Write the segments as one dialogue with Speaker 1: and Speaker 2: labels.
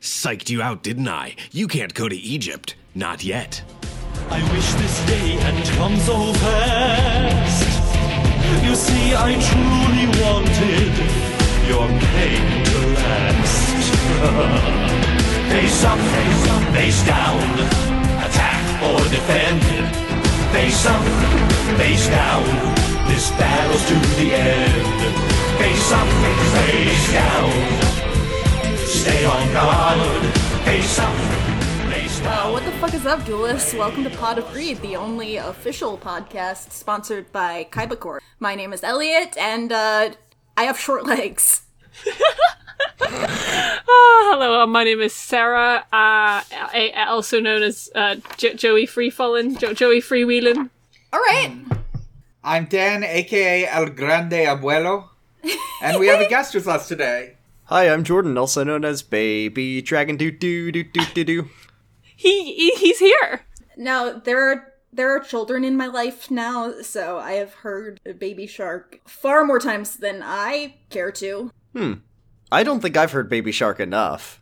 Speaker 1: Psyched you out, didn't I? You can't go to Egypt. Not yet.
Speaker 2: I wish this day had come so fast. You see, I truly wanted your pain to last. face up, face up, face down. Attacked or defended. Face up, face down. This battle's to the end. Face up, face down. Stay on guard. Face up, face down.
Speaker 3: Uh, What the fuck is up, duelists? Welcome to Pod of Greed, the only official podcast sponsored by Kaibacore. My name is Elliot, and uh, I have short legs.
Speaker 4: Hello, uh, my name is Sarah, uh, a- a- also known as uh, jo- Joey Freefallin, jo- Joey Freewheelin.
Speaker 3: All right,
Speaker 5: I'm Dan, aka El Grande Abuelo, and we have a guest with us today.
Speaker 6: Hi, I'm Jordan, also known as Baby Dragon Doo Doo Doo Doo Doo Doo.
Speaker 4: He, he he's here.
Speaker 3: now there are there are children in my life now, so I have heard Baby Shark far more times than I care to.
Speaker 6: I don't think I've heard Baby Shark enough.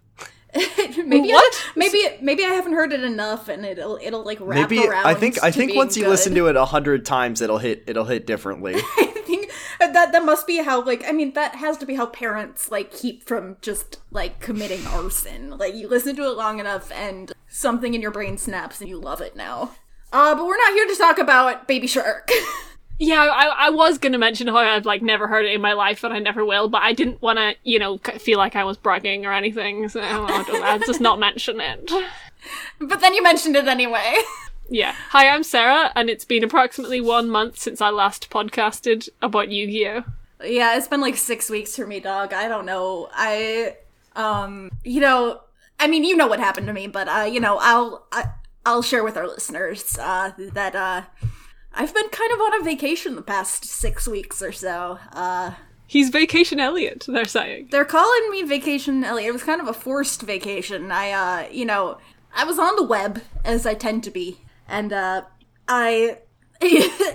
Speaker 3: maybe
Speaker 4: What?
Speaker 3: I, maybe maybe I haven't heard it enough, and it'll it'll like wrap
Speaker 6: Maybe
Speaker 3: around.
Speaker 6: I think I
Speaker 3: to
Speaker 6: think
Speaker 3: being
Speaker 6: once you
Speaker 3: good.
Speaker 6: listen to it a hundred times, it'll hit it'll hit differently.
Speaker 3: I think Uh, that that must be how like I mean that has to be how parents like keep from just like committing arson. Like you listen to it long enough and something in your brain snaps and you love it now. Uh, but we're not here to talk about Baby Shark.
Speaker 4: Yeah, I, I was gonna mention how I've like never heard it in my life, and I never will. But I didn't want to, you know, c- feel like I was bragging or anything, so I'll, do- I'll just not mention it.
Speaker 3: but then you mentioned it anyway.
Speaker 4: Yeah. Hi, I'm Sarah, and it's been approximately one month since I last podcasted about Yu-Gi-Oh.
Speaker 3: yeah, it's been like six weeks for me, dog. I don't know. I um you know I mean you know what happened to me, but uh you know I'll I, I'll share with our listeners uh that uh I've been kind of on a vacation the past six weeks or so. Uh
Speaker 4: He's Vacation Elliot. They're saying.
Speaker 3: they're calling me vacation ellie it was kind of a forced vacation i uh you know i was on the web as i tend to be and uh i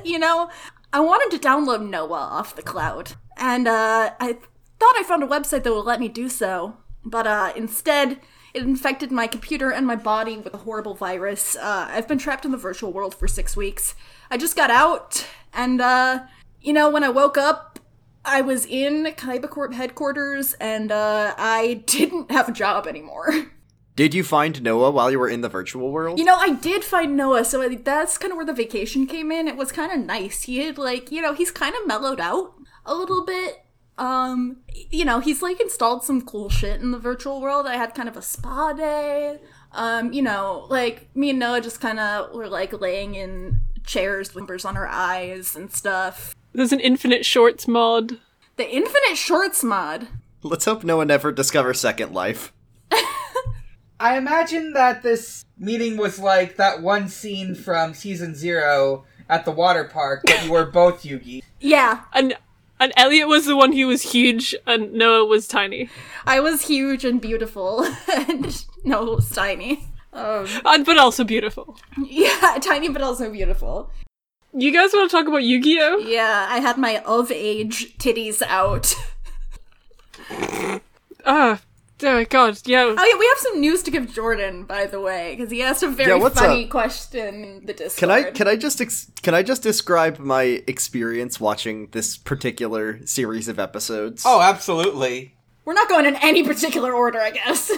Speaker 3: you know i wanted to download noah off the cloud and uh i thought i found a website that would let me do so but uh instead it infected my computer and my body with a horrible virus uh i've been trapped in the virtual world for six weeks i just got out and uh you know when i woke up I was in Kaiba Corp headquarters and uh, I didn't have a job anymore.
Speaker 6: Did you find Noah while you were in the virtual world?
Speaker 3: You know, I did find Noah, so I- that's kind of where the vacation came in. It was kind of nice. He had, like, you know, he's kind of mellowed out a little bit. Um, you know, he's like installed some cool shit in the virtual world. I had kind of a spa day. Um, you know, like me and Noah just kind of were like laying in chairs, with whimpers on our eyes and stuff.
Speaker 4: There's an Infinite Shorts mod.
Speaker 3: The Infinite Shorts mod.
Speaker 6: Let's hope Noah never discovers Second Life.
Speaker 5: I imagine that this meeting was like that one scene from season zero at the water park that you were both Yugi.
Speaker 3: Yeah,
Speaker 4: and and Elliot was the one who was huge, and Noah was tiny.
Speaker 3: I was huge and beautiful, and no, it was tiny.
Speaker 4: And but also beautiful.
Speaker 3: Yeah, tiny but also beautiful.
Speaker 4: You guys want to talk about Yu-Gi-Oh?
Speaker 3: Yeah, I had my of age titties out.
Speaker 4: Ah, oh God, yeah.
Speaker 3: Oh yeah, we have some news to give Jordan, by the way, because he asked a very
Speaker 6: Yeah, what's
Speaker 3: funny
Speaker 6: up?
Speaker 3: question in the Discord.
Speaker 6: Can I can I just ex- can I just describe my experience watching this particular series of episodes?
Speaker 5: Oh, absolutely.
Speaker 3: We're not going in any particular order, I guess.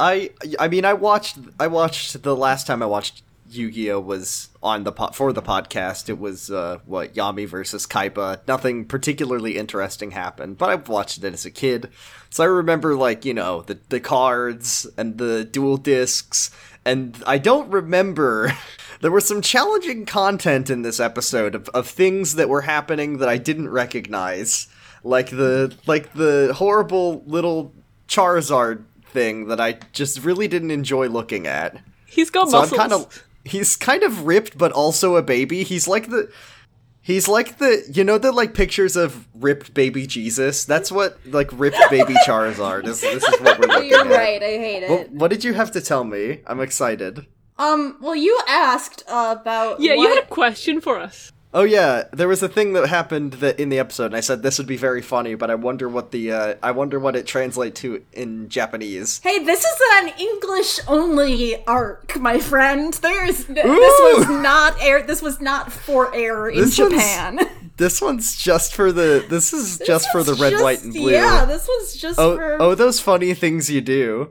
Speaker 6: I I mean I watched I watched the last time I watched Yu-Gi-Oh was on the po- for the podcast. It was uh, what Yami versus Kaiba. Nothing particularly interesting happened, but I watched it as a kid, so I remember like you know the the cards and the dual discs, and I don't remember. There was some challenging content in this episode of, of things that were happening that I didn't recognize, like the like the horrible little Charizard thing that I just really didn't enjoy looking at.
Speaker 4: He's got
Speaker 6: So
Speaker 4: muscles.
Speaker 6: I'm kind of he's kind of ripped but also a baby. He's like the he's like the you know the like pictures of ripped baby Jesus. That's what like ripped baby Charizard is. This is what we're looking
Speaker 3: You're
Speaker 6: at.
Speaker 3: right, I hate it.
Speaker 6: Well, what did you have to tell me? I'm excited.
Speaker 3: um, well, you asked about
Speaker 4: yeah, you
Speaker 3: what-
Speaker 4: had a question for us.
Speaker 6: Oh yeah, there was a thing that happened that in the episode, and I said this would be very funny, but I wonder what the uh, I wonder what it translates to in Japanese.
Speaker 3: Hey, this is an English only arc, my friend. There's this was not air. This was not for air in
Speaker 6: This one's-
Speaker 3: Japan.
Speaker 6: This one's just for the this is just for the
Speaker 3: This
Speaker 6: red,
Speaker 3: was
Speaker 6: white, and
Speaker 3: just-
Speaker 6: blue.
Speaker 3: Yeah, this was just
Speaker 6: oh,
Speaker 3: for.
Speaker 6: oh, those funny things you do.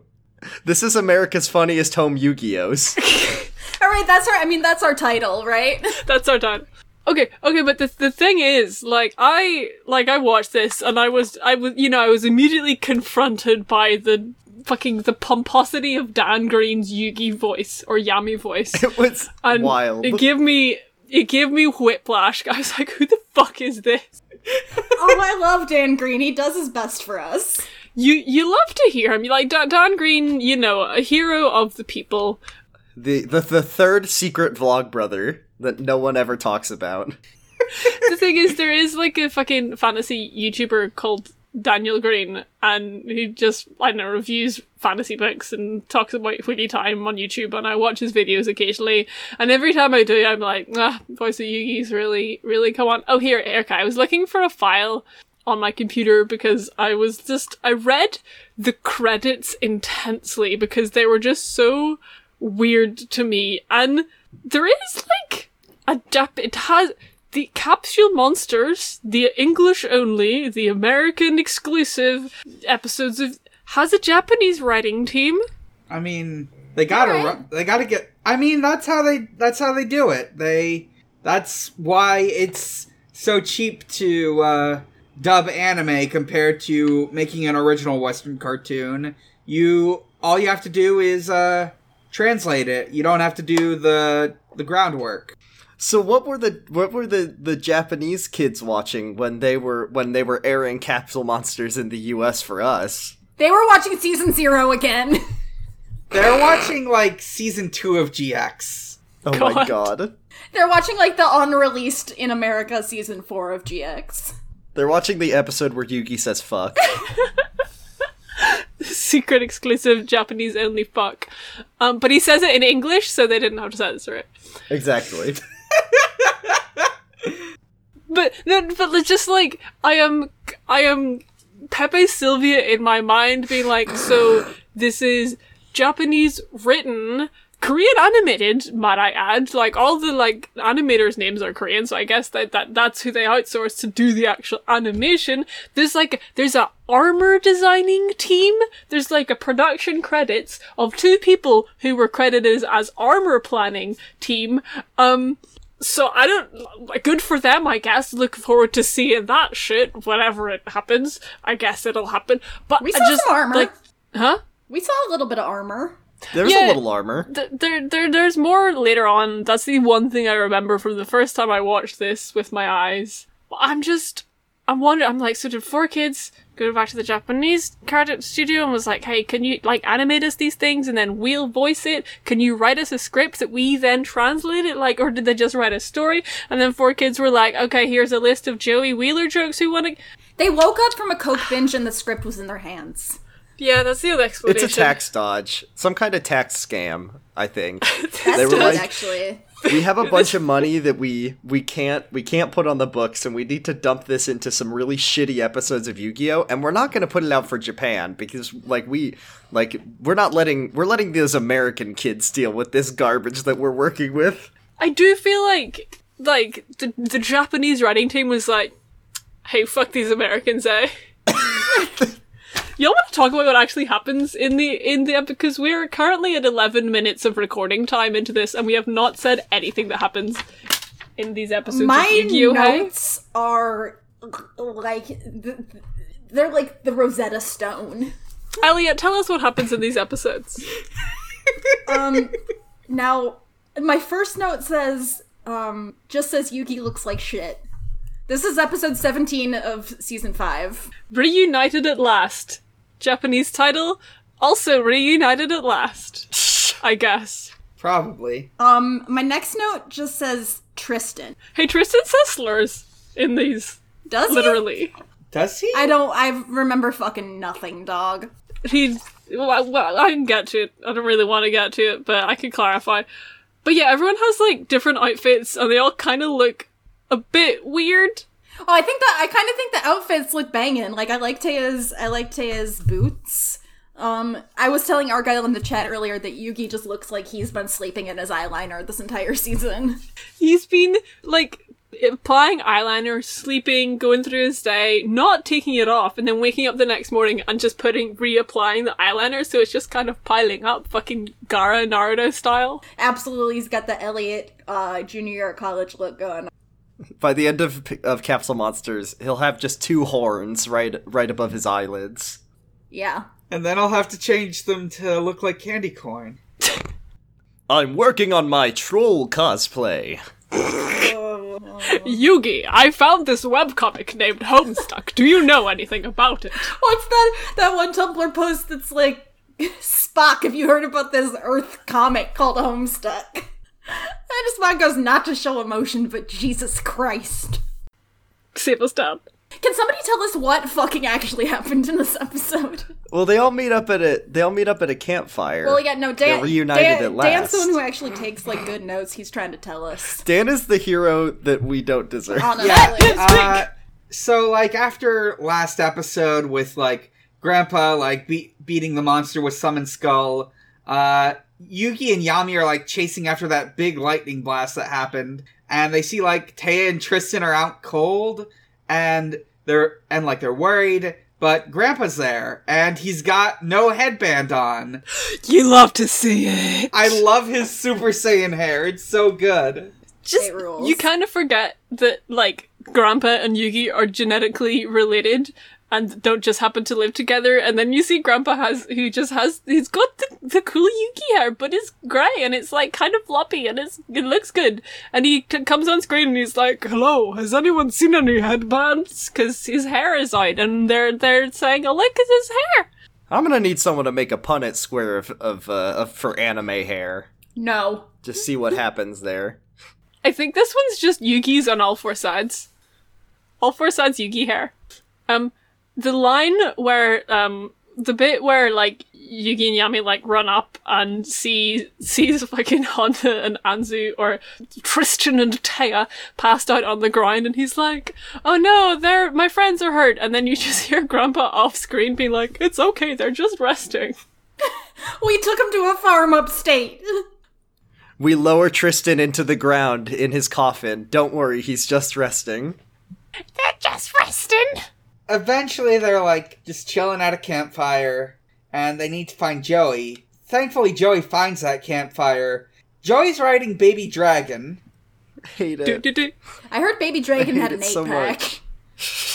Speaker 6: This is America's funniest home Yu-Gi-Ohs.
Speaker 3: All right, that's our. I mean, that's our title, right?
Speaker 4: That's our time. Okay, okay, but the the thing is, like I like I watched this and I was I was you know I was immediately confronted by the fucking the pomposity of Dan Green's Yugi voice or Yami voice.
Speaker 6: it was
Speaker 4: and
Speaker 6: wild.
Speaker 4: It gave me it gave me whiplash. I was like, who the fuck is this?
Speaker 3: oh, I love Dan Green. He does his best for us.
Speaker 4: You you love to hear him. You like Dan, Dan Green, you know, a hero of the people.
Speaker 6: the, the the third secret vlog brother that no one ever talks about.
Speaker 4: the thing is, there is like a fucking fantasy YouTuber called Daniel Green, and he just I don't know reviews fantasy books and talks about Wiki Time on YouTube, and I watch his videos occasionally. And every time I do, I'm like, ah, voice of Yugi's really, really come on. Oh, here, Erica, I was looking for a file on my computer because I was just I read the credits intensely because they were just so weird to me, and there is like a Jap. It has the Capsule Monsters, the English only, the American exclusive episodes of has a Japanese writing team.
Speaker 5: I mean, they gotta
Speaker 3: Alright.
Speaker 5: ru- they gotta get. I mean, that's how they that's how they do it. They that's why it's so cheap to uh, dub anime compared to making an original Western cartoon. You all you have to do is uh, translate it. You don't have to do the the groundwork.
Speaker 6: So what were the what were the, the Japanese kids watching when they were when they were airing Capsule Monsters in the US for us?
Speaker 3: They were watching season zero again.
Speaker 5: They're watching like season two of GX.
Speaker 6: Oh my
Speaker 4: God.
Speaker 6: god.
Speaker 3: They're watching like the unreleased in America season four of GX.
Speaker 6: They're watching the episode where Yugi says fuck.
Speaker 4: Secret exclusive Japanese only fuck. Um, but he says it in English, so they didn't have to censor it.
Speaker 6: exactly.
Speaker 4: But no, but it's just like I am, I am Pepe Sylvia in my mind, being like, so this is Japanese written, Korean animated, might I add? Like all the like animators' names are Korean, so I guess that, that that's who they outsource to do the actual animation. There's like there's a armor designing team. There's like a production credits of two people who were credited as armor planning team. Um. So I don't. like, Good for them, I guess. Look forward to seeing that shit whenever it happens. I guess it'll happen. But
Speaker 3: We
Speaker 4: I
Speaker 3: saw
Speaker 4: just
Speaker 3: some armor.
Speaker 4: like, huh?
Speaker 3: We saw a little bit of armor.
Speaker 6: There was
Speaker 4: Yeah.
Speaker 6: a little armor.
Speaker 4: Th- there, there, there's more later on. That's the one thing I remember from the first time I watched this with my eyes. But I'm just, I'm wondering. I'm like, so did four kids go back to the Japanese card studio and was like, hey, can you like animate us these things and then we'll voice it? Can you write us a script that we then translate it? Like, or did they just write a story and then four kids were like, okay, here's a list of Joey Wheeler jokes who want to.
Speaker 3: They woke up from a coke binge and the script was in their hands.
Speaker 4: Yeah, that's the other
Speaker 6: It's
Speaker 4: explanation.
Speaker 6: a tax dodge. Some kind of tax scam, I think.
Speaker 3: That's
Speaker 6: They were
Speaker 3: good,
Speaker 6: like-
Speaker 3: actually.
Speaker 6: we have a bunch of money that we we can't we can't put on the books and we need to dump this into some really shitty episodes of Yu-Gi-Oh and we're not going to put it out for Japan because like we like we're not letting we're letting those American kids deal with this garbage that we're working with.
Speaker 4: I do feel like like the the Japanese writing team was like, "Hey, fuck these Americans, eh." Y'all want to talk about what actually happens in the in the because we're currently at eleven minutes of recording time into this, and we have not said anything that happens in these episodes.
Speaker 3: My
Speaker 4: of Yu-Gi-Oh! hey?
Speaker 3: notes are like th- they're like the Rosetta Stone.
Speaker 4: Elliot, tell us what happens in these episodes.
Speaker 3: Um, now my first note says um just says Yuki looks like shit. This is episode 17 of season 5.
Speaker 4: Reunited at last, Japanese title. Also reunited at last, I guess.
Speaker 5: Probably.
Speaker 3: Um my next note just says Tristan.
Speaker 4: Hey, Tristan says slurs in these.
Speaker 3: Does he?
Speaker 4: literally.
Speaker 5: Does he?
Speaker 3: I don't I remember fucking nothing, dog.
Speaker 4: He, well, well, I can get to it. I don't really want to get to it, but I can clarify. But yeah, everyone has like different outfits, and they all kind of look a bit weird.
Speaker 3: Oh, I think that I kind of think the outfits look banging. Like I like Taya's, I like Taya's boots. Um, I was telling Argyle in the chat earlier that Yugi just looks like he's been sleeping in his eyeliner this entire season.
Speaker 4: He's been like applying eyeliner, sleeping, going through his day, not taking it off, and then waking up the next morning and just putting reapplying the eyeliner. So it's just kind of piling up, fucking Gara Naruto style.
Speaker 3: Absolutely, he's got the Elliot uh, junior year at college look going. on.
Speaker 6: By the end of of Capsule Monsters, he'll have just two horns right right above his eyelids.
Speaker 3: Yeah,
Speaker 5: And then I'll have to change them to look like candy corn.
Speaker 6: I'm working on my troll cosplay.
Speaker 4: Yugi, I found this webcomic named Homestuck. Do you know anything about it?
Speaker 3: what's that? That one Tumblr post that's like, Spock, have you heard about this Earth comic called Homestuck? And Spock goes not to show emotion, but Jesus Christ.
Speaker 4: Save us down.
Speaker 3: Can somebody tell us what fucking actually happened in this episode?
Speaker 6: Well, they all meet up at a they all meet up at a campfire.
Speaker 3: Well, yeah, no, Dan.
Speaker 6: They're reunited
Speaker 3: Dan,
Speaker 6: at last.
Speaker 3: Dan's the one who actually takes like good notes. He's trying to tell us.
Speaker 6: Dan is the hero that we don't deserve.
Speaker 3: Honestly,
Speaker 5: Uh, so like after last episode with like grandpa like be- beating the monster with summon skull uh yugi and yami are like chasing after that big lightning blast that happened and they see like taya and tristan are out cold and they're and like they're worried but grandpa's there and he's got no headband on
Speaker 4: You love to see it.
Speaker 5: i love his super saiyan hair it's so good
Speaker 4: Just
Speaker 3: It rules.
Speaker 4: you kind of forget that like Grandpa and Yugi are genetically related and don't just happen to live together. And then you see Grandpa has who just has he's got the, the cool Yugi hair, but it's grey and it's like kind of floppy and it's it looks good. And he t- comes on screen and he's like, "Hello, has anyone seen any headbands? Because his hair is out." And they're they're saying, "Oh look at his hair."
Speaker 6: I'm gonna need someone to make a Punnett square of, of, uh, of for anime hair.
Speaker 3: no.
Speaker 6: Just see what happens there.
Speaker 4: I think this one's just Yugi's on all four sides. All four sides Yugi hair. Um the line where um the bit where like Yugi and Yami like run up and see sees fucking Honda and Anzu or Tristan and Taya passed out on the ground and he's like, Oh no, they're my friends are hurt and then you just hear grandpa off screen being like, It's okay, they're just resting.
Speaker 3: We took him to a farm upstate.
Speaker 6: We lower Tristan into the ground in his coffin. Don't worry, he's just resting.
Speaker 4: They're just resting.
Speaker 5: eventually they're like just chilling at a campfire and they need to find Joey. Thankfully, Joey finds that campfire. Joey's riding Baby Dragon.
Speaker 6: Hate
Speaker 4: Do
Speaker 6: it.
Speaker 4: do do.
Speaker 3: I heard Baby Dragon
Speaker 6: I
Speaker 3: had
Speaker 6: hate
Speaker 3: an
Speaker 6: it
Speaker 3: eight
Speaker 6: so
Speaker 3: pack.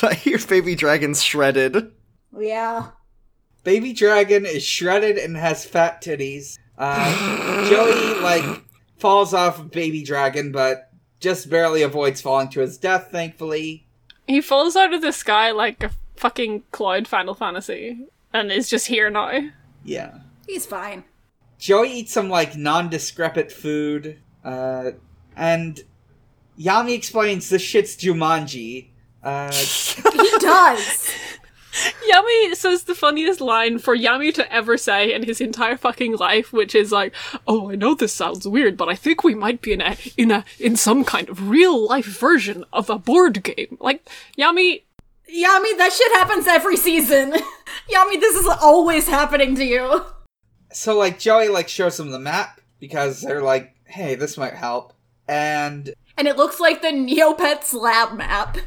Speaker 6: I hear baby dragons shredded.
Speaker 3: Yeah.
Speaker 5: Baby Dragon is shredded and has fat titties. Uh, Joey, like, falls off of Baby Dragon, but just barely avoids falling to his death, thankfully.
Speaker 4: He falls out of the sky like a fucking Cloud Final Fantasy and is just here now.
Speaker 5: Yeah.
Speaker 3: He's fine.
Speaker 5: Joey eats some like non-discrepant food, uh, and Yami explains this shit's Jumanji. Uh,
Speaker 3: He does.
Speaker 4: Yami says the funniest line for Yami to ever say in his entire fucking life, which is like, "Oh, I know this sounds weird, but I think we might be in a in a in some kind of real life version of a board game." Like Yami,
Speaker 3: Yami, that shit happens every season. Yami, this is always happening to you.
Speaker 5: so like Joey like shows him the map because they're like, hey, this might help. And
Speaker 3: And it looks like the Neopets lab map.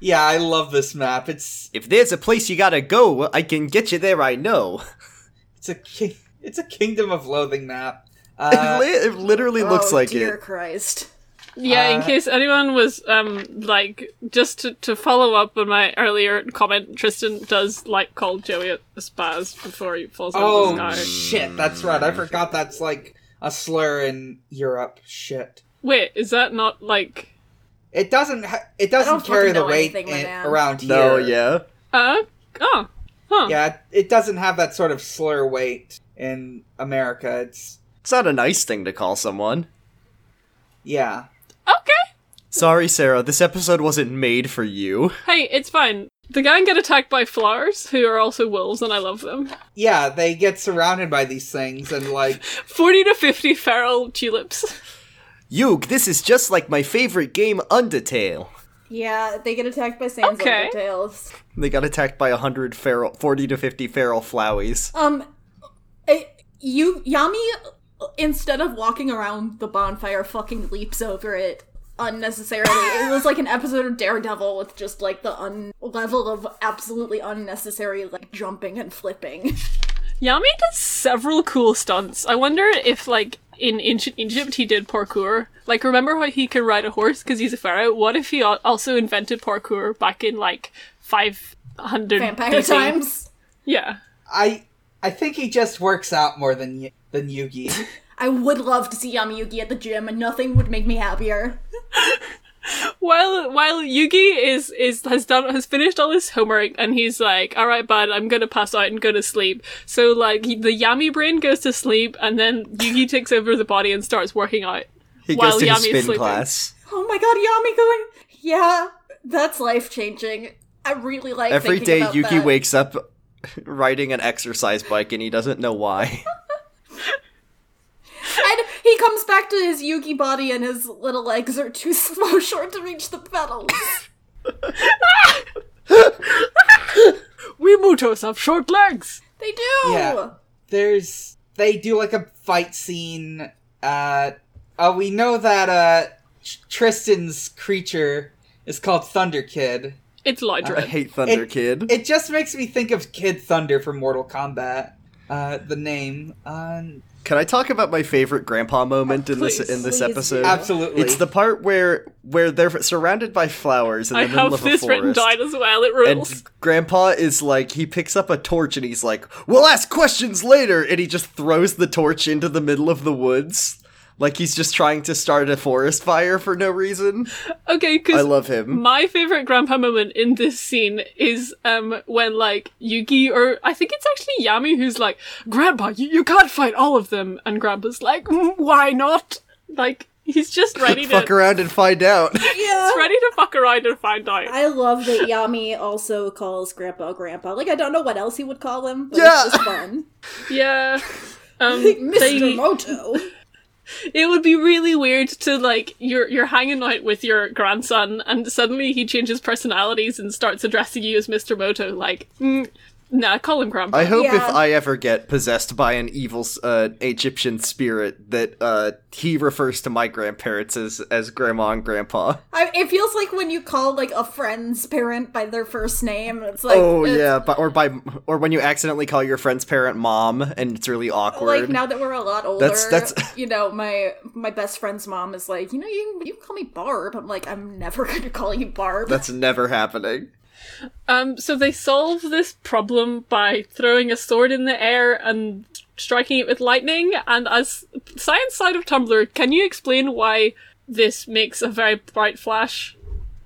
Speaker 5: yeah, I love this map. It's
Speaker 6: If there's a place you gotta go, I can get you there. I know.
Speaker 5: it's a ki- it's a Kingdom of Loathing map.
Speaker 6: it,
Speaker 5: Uh,
Speaker 6: li- it literally looks
Speaker 3: oh,
Speaker 6: like
Speaker 3: dear
Speaker 6: it.
Speaker 3: Christ.
Speaker 4: yeah. in case anyone was um like, just to, to follow up on my earlier comment, Tristan does like call Joey a spaz before he falls out of
Speaker 5: oh
Speaker 4: the sky.
Speaker 5: shit, that's right. I forgot that's like a slur in Europe. Shit.
Speaker 4: Wait, is that not like?
Speaker 5: It doesn't. Ha- it
Speaker 3: don't
Speaker 5: doesn't
Speaker 3: fucking
Speaker 5: carry the
Speaker 3: know
Speaker 5: weight
Speaker 3: anything, my
Speaker 5: in-
Speaker 3: man.
Speaker 5: around here.
Speaker 6: No, yeah.
Speaker 4: Uh, oh, huh.
Speaker 5: Yeah, it doesn't have that sort of slur weight in America. It's
Speaker 6: It's not a nice thing to call someone.
Speaker 5: yeah.
Speaker 4: Okay.
Speaker 6: Sorry, Sarah. This episode wasn't made for you.
Speaker 4: Hey, it's fine. The gang get attacked by flowers, who are also wolves, and I love them.
Speaker 5: Yeah, they get surrounded by these things and like
Speaker 4: 40 to 50 feral tulips.
Speaker 6: Yug, this is just like my favorite game, Undertale.
Speaker 3: Yeah, they get attacked by Sans
Speaker 4: Okay.
Speaker 3: Undertales.
Speaker 6: They got attacked by 100 feral, 40 to 50 feral flowies.
Speaker 3: Um, it, you Yami, instead of walking around the bonfire, fucking leaps over it unnecessarily. it was like an episode of Daredevil with just like the un- level of absolutely unnecessary like jumping and flipping.
Speaker 4: Yami does several cool stunts. I wonder if, like, in ancient Egypt he did parkour. Like, remember how he could ride a horse because he's a pharaoh? What if he al- also invented parkour back in, like, 500
Speaker 3: Vampire
Speaker 4: BC?
Speaker 3: times.
Speaker 4: Yeah.
Speaker 5: I I think he just works out more than y- than Yugi.
Speaker 3: I would love to see Yami Yugi at the gym, and nothing would make me happier.
Speaker 4: While while Yugi is is has done has finished all his homework and he's like, all right, bud, I'm gonna pass out and go to sleep. So like he- the Yami brain goes to sleep and then Yugi takes over the body and starts working out.
Speaker 6: He
Speaker 4: While
Speaker 6: goes to his
Speaker 4: Yami's
Speaker 6: spin
Speaker 4: sleeping.
Speaker 6: class.
Speaker 3: Oh my god, Yami going. Yeah, that's life changing. I really like
Speaker 6: Every
Speaker 3: thinking
Speaker 6: day
Speaker 3: about
Speaker 6: Yugi
Speaker 3: that.
Speaker 6: wakes up riding an exercise bike and he doesn't know why.
Speaker 3: And he comes back to his Yugi body, and his little legs are too slow short to reach the pedals.
Speaker 4: We mutos have short legs.
Speaker 3: They do.
Speaker 5: Yeah. There's they do like a fight scene. Uh, oh, we know that uh, Tr- Tristan's creature is called Thunder Kid.
Speaker 4: It's
Speaker 6: I
Speaker 4: Lydra.
Speaker 6: hate Thunder
Speaker 5: It-
Speaker 6: Kid.
Speaker 5: It just makes me think of Kid Thunder from Mortal Kombat. Uh, the name. Um,
Speaker 6: Can I talk about my favorite grandpa moment in this
Speaker 4: Please,
Speaker 6: in this
Speaker 3: please
Speaker 6: episode?
Speaker 3: do.
Speaker 5: absolutely.
Speaker 6: It's the part where where they're surrounded by flowers in the
Speaker 4: I
Speaker 6: middle
Speaker 4: have
Speaker 6: of a
Speaker 4: this
Speaker 6: forest.
Speaker 4: written down as well. It rules.
Speaker 6: and grandpa is like he picks up a torch and he's like, "We'll ask questions later." And he just throws the torch into the middle of the woods. Like he's just trying to start a forest fire for no reason.
Speaker 4: Okay,
Speaker 6: I
Speaker 4: because
Speaker 6: love him.
Speaker 4: my favorite grandpa moment in this scene is um when like Yugi or I think it's actually Yami who's like, "Grandpa, you, you can't fight all of them," and Grandpa's like, "Mm, "Why not?" Like he's just ready to
Speaker 6: Fuck around and find out.
Speaker 3: Yeah.
Speaker 4: he's ready to fuck around and find out.
Speaker 3: I love that Yami also calls Grandpa Grandpa. Like I don't know what else he would call him. But
Speaker 6: Yeah.
Speaker 3: it's just fun.
Speaker 4: yeah. Um,
Speaker 3: Mr.
Speaker 4: they-
Speaker 3: Moto.
Speaker 4: it would be really weird to like you're you're hanging out with your grandson and suddenly he changes personalities and starts addressing you as Mr. Moto. Like, mm, nah, call him Grandpa.
Speaker 6: I hope
Speaker 3: Yeah.
Speaker 6: if I ever get possessed by an evil uh, Egyptian spirit that uh, he refers to my grandparents as as grandma and grandpa.
Speaker 3: I, it feels like when you call like a friend's parent by their first name. It's like
Speaker 6: Oh
Speaker 3: it's
Speaker 6: yeah, but or by or when you accidentally call your friend's parent mom and it's really awkward.
Speaker 3: Like now that we're a lot older,
Speaker 6: That's- that's-
Speaker 3: you know, my my best friend's mom is like, you know, you you can call me Barb. I'm like, I'm never gonna call you Barb.
Speaker 6: That's never happening.
Speaker 4: Um, so they solve this problem by throwing a sword in the air and striking it with lightning. And as science side of Tumblr, can you explain why this makes a very bright flash?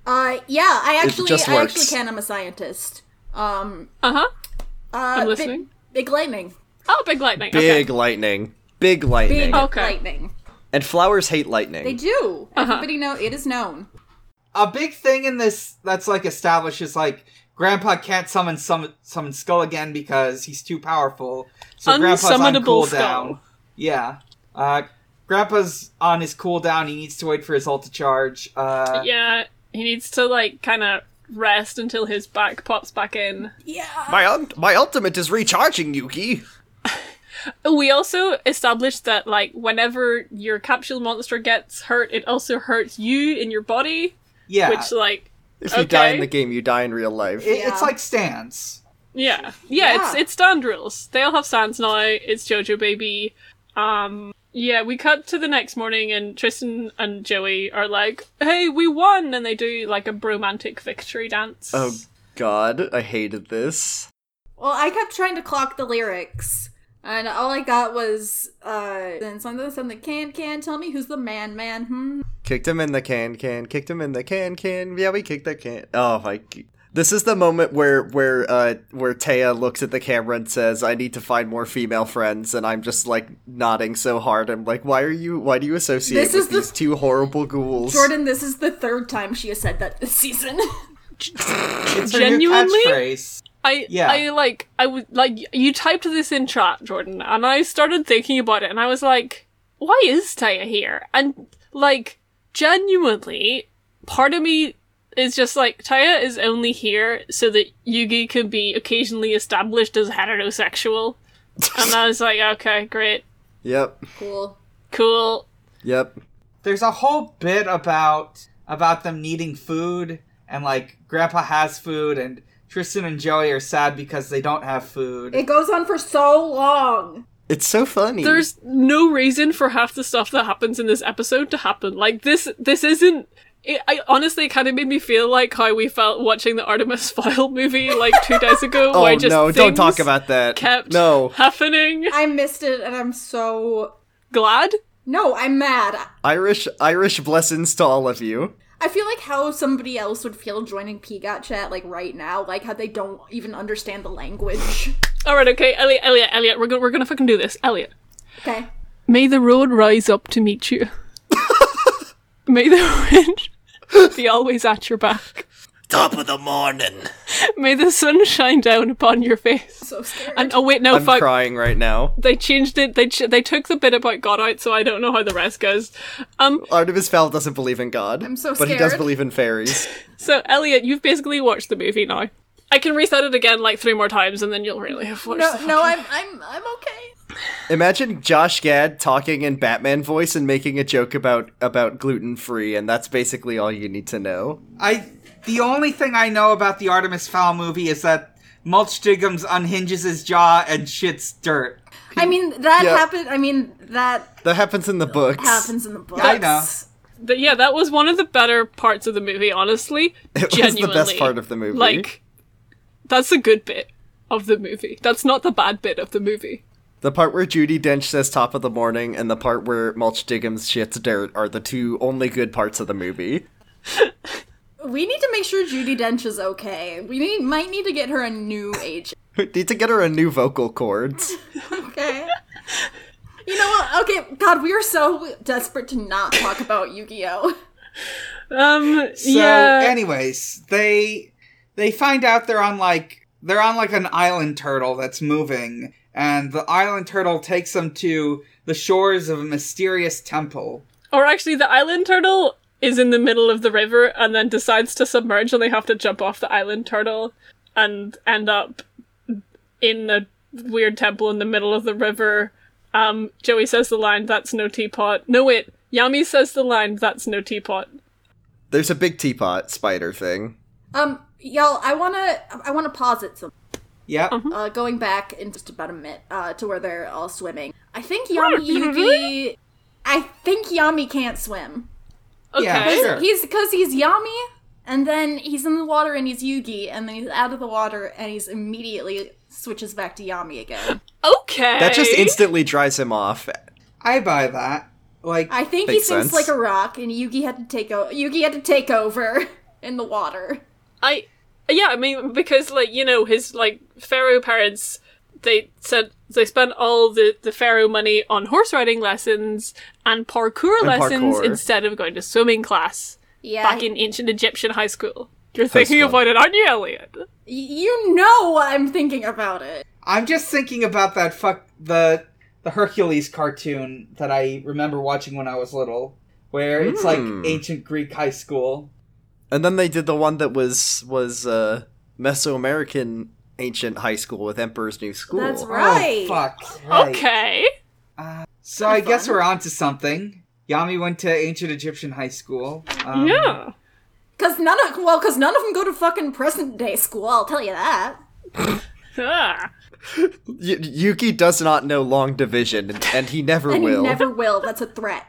Speaker 3: Uh, yeah, I actually,
Speaker 6: just
Speaker 3: I actually
Speaker 6: works.
Speaker 3: can. I'm a scientist. Um,
Speaker 4: Uh huh.
Speaker 3: uh,
Speaker 4: I'm listening.
Speaker 3: Big, big lightning.
Speaker 4: Oh, big lightning.
Speaker 6: Big
Speaker 4: Okay.
Speaker 6: lightning. Big lightning.
Speaker 3: Big
Speaker 4: Okay.
Speaker 3: lightning.
Speaker 6: And flowers hate
Speaker 3: They
Speaker 6: lightning.
Speaker 3: do. Everybody know it is known.
Speaker 5: a big thing in this that's like established is like Grandpa can't summon summon, summon Skull again because he's too powerful. So Grandpa's on
Speaker 4: Unsummonable
Speaker 5: cooldown.
Speaker 4: Skull.
Speaker 5: Yeah. Uh, Grandpa's on his cooldown. He needs to wait for his ult to charge. Uh,
Speaker 4: Yeah, he needs to like kind of rest until his back pops back in.
Speaker 3: Yeah.
Speaker 6: My un- my ultimate is recharging, Yuki.
Speaker 4: We also established that like whenever your capsule monster gets hurt, it also hurts you in your body,
Speaker 5: yeah.
Speaker 3: Uh,
Speaker 4: which like
Speaker 6: If you die in
Speaker 4: Okay.
Speaker 6: the game, you die in real life.
Speaker 5: It-
Speaker 3: Yeah.
Speaker 5: It's like stands.
Speaker 4: Yeah. Yeah, it's
Speaker 3: Yeah.
Speaker 4: it's stand rules. They all have stands now. It's JoJo baby. Um yeah, we cut to the next morning and Tristan and Joey are like, "Hey, we won." And they do like a bromantic victory dance.
Speaker 6: Oh god, I hated this.
Speaker 3: Well, I kept trying to clock the lyrics, and all I got was uh, then something, something. Can can tell me who's the man, man? Hmm.
Speaker 6: Kicked him in the can can, kicked him in the can can. Yeah, we kicked the can. Oh my. g- This is the moment where where uh where Taya looks at the camera and says, "I need to find more female friends," and I'm just like nodding so hard. I'm like, "Why are you? Why do you associate
Speaker 3: This
Speaker 6: with
Speaker 3: is the-
Speaker 6: these two horrible ghouls?"
Speaker 3: Jordan, this is the third time she has said that this season.
Speaker 5: It's her
Speaker 4: Genuinely?
Speaker 5: new catchphrase.
Speaker 4: I
Speaker 5: Yeah.
Speaker 4: I like I would like you typed this in chat, Jordan, and I started thinking about it, and I was like, why is Taya here? And like genuinely, part of me is just like Taya is only here so that Yugi can be occasionally established as heterosexual, and I was like, okay, great,
Speaker 6: Yep.
Speaker 3: Cool.
Speaker 4: cool.
Speaker 6: Yep.
Speaker 5: There's a whole bit about about them needing food and like grandpa has food and Tristan and Joey are sad because they don't have food.
Speaker 3: It goes on for so long.
Speaker 6: It's so funny.
Speaker 4: There's no reason for half the stuff that happens in this episode to happen. Like this, this isn't. It, I honestly kind of made me feel like how we felt watching the Artemis Fowl movie like two days ago.
Speaker 6: oh
Speaker 4: where just
Speaker 6: no, don't talk
Speaker 4: things
Speaker 6: about that.
Speaker 4: Kept
Speaker 6: no,
Speaker 4: happening.
Speaker 3: I missed it and I'm so
Speaker 4: Glad.
Speaker 3: No, I'm mad.
Speaker 6: Irish Irish blessings to all of you.
Speaker 3: I feel like how somebody else would feel joining PGOT chat like right now, like how they don't even understand the language.
Speaker 4: All right, okay, Elliot, Elliot, Elliot. We're gonna we're gonna fucking do this, Elliot.
Speaker 3: Okay.
Speaker 4: May the road rise up to meet you. May the wind be always at your back.
Speaker 6: Top of the morning.
Speaker 4: May the sun shine down upon your face.
Speaker 3: So scared.
Speaker 4: And oh wait, no,
Speaker 6: I'm
Speaker 4: fuck.
Speaker 6: crying right now.
Speaker 4: they changed it. They ch- they took the bit about God out, so I don't know how the rest goes. Um,
Speaker 6: Artemis Fowl doesn't believe in God.
Speaker 3: I'm so
Speaker 6: But he does
Speaker 3: scared.
Speaker 6: believe in fairies.
Speaker 4: so Elliot, you've basically watched the movie now. I can reset it again like three more times, and then you'll really have watched.
Speaker 3: no,
Speaker 4: the
Speaker 3: no,
Speaker 4: fucking-
Speaker 3: I'm I'm I'm okay.
Speaker 6: Imagine Josh Gad talking in Batman voice and making a joke about about gluten free, and that's basically all you need to know.
Speaker 5: I the only thing I know about the Artemis Fowl movie is that Mulch Diggums unhinges his jaw and shits dirt.
Speaker 3: I mean that
Speaker 6: Yeah.
Speaker 3: happened I mean that
Speaker 6: That happens in the books.
Speaker 3: happens in the books.
Speaker 5: I know.
Speaker 4: But yeah, that was one of the better parts of the movie. Honestly,
Speaker 6: It was
Speaker 4: genuinely,
Speaker 6: the best part of the movie.
Speaker 4: Like, that's the good bit of the movie. That's not the bad bit of the movie.
Speaker 6: the part where Judy Dench says "top of the morning" and the part where Mulch Diggums shits dirt are the two only good parts of the movie.
Speaker 3: We need to make sure Judy Dench is okay. We need, might need to get her a new agent.
Speaker 6: need to get her a new vocal cords.
Speaker 3: Okay. You know what? Okay, God, we are so desperate to not talk about Yu-Gi-Oh.
Speaker 4: Um,
Speaker 5: So
Speaker 4: yeah.
Speaker 5: anyways, they they find out they're on like they're on like an island turtle that's moving and the island turtle takes them to the shores of a mysterious temple.
Speaker 4: Or actually, the island turtle is in the middle of the river and then decides to submerge, and they have to jump off the island turtle and end up in a weird temple in the middle of the river. Um, Joey says the line, "That's no teapot." No, wait. Yami says the line, "That's no teapot."
Speaker 6: There's a big teapot spider thing.
Speaker 3: Um, y'all, I wanna I wanna posit some.
Speaker 5: Yep.
Speaker 3: Uh, going back in just about a minute uh, to where they're all swimming. I think Yami Yugi. I think Yami can't swim.
Speaker 4: Okay.
Speaker 5: Yeah, sure.
Speaker 3: He's because he's Yami, and then he's in the water and he's Yugi, and then he's out of the water and he's immediately switches back to Yami again.
Speaker 4: Okay.
Speaker 6: That just instantly dries him off.
Speaker 5: I buy that. Like
Speaker 3: I think he
Speaker 6: Makes
Speaker 3: sinks
Speaker 6: sense.
Speaker 3: like a rock, and Yugi had to take o- Yugi had to take over in the water.
Speaker 4: I yeah, I mean because like you know his like pharaoh parents they said they spent all the the pharaoh money on horse riding lessons and parkour lessons
Speaker 6: parkour.
Speaker 4: instead of going to swimming class
Speaker 3: Yeah,
Speaker 4: back in ancient Egyptian high school. You're thinking
Speaker 6: school.
Speaker 4: about it, aren't you, Elliot?
Speaker 3: y- you know what I'm thinking about it.
Speaker 5: I'm just thinking about that fuck the the Hercules cartoon that I remember watching when I was little, where it's like ancient Greek high school.
Speaker 6: And then they did the one that was was uh, Mesoamerican ancient high school with Emperor's New School.
Speaker 3: That's right.
Speaker 5: Oh, fuck. Right.
Speaker 4: Okay.
Speaker 5: So I guess
Speaker 3: fun.
Speaker 5: we're onto something. Yami went to ancient Egyptian high school.
Speaker 4: Mm-hmm.
Speaker 5: Um,
Speaker 4: Yeah.
Speaker 3: Cause none of well, cause none of them go to fucking present day school. I'll tell you that.
Speaker 4: Ah.
Speaker 6: Y- Yuki does not know long division, and, and he never
Speaker 3: And
Speaker 6: will.
Speaker 3: you never will. That's a threat.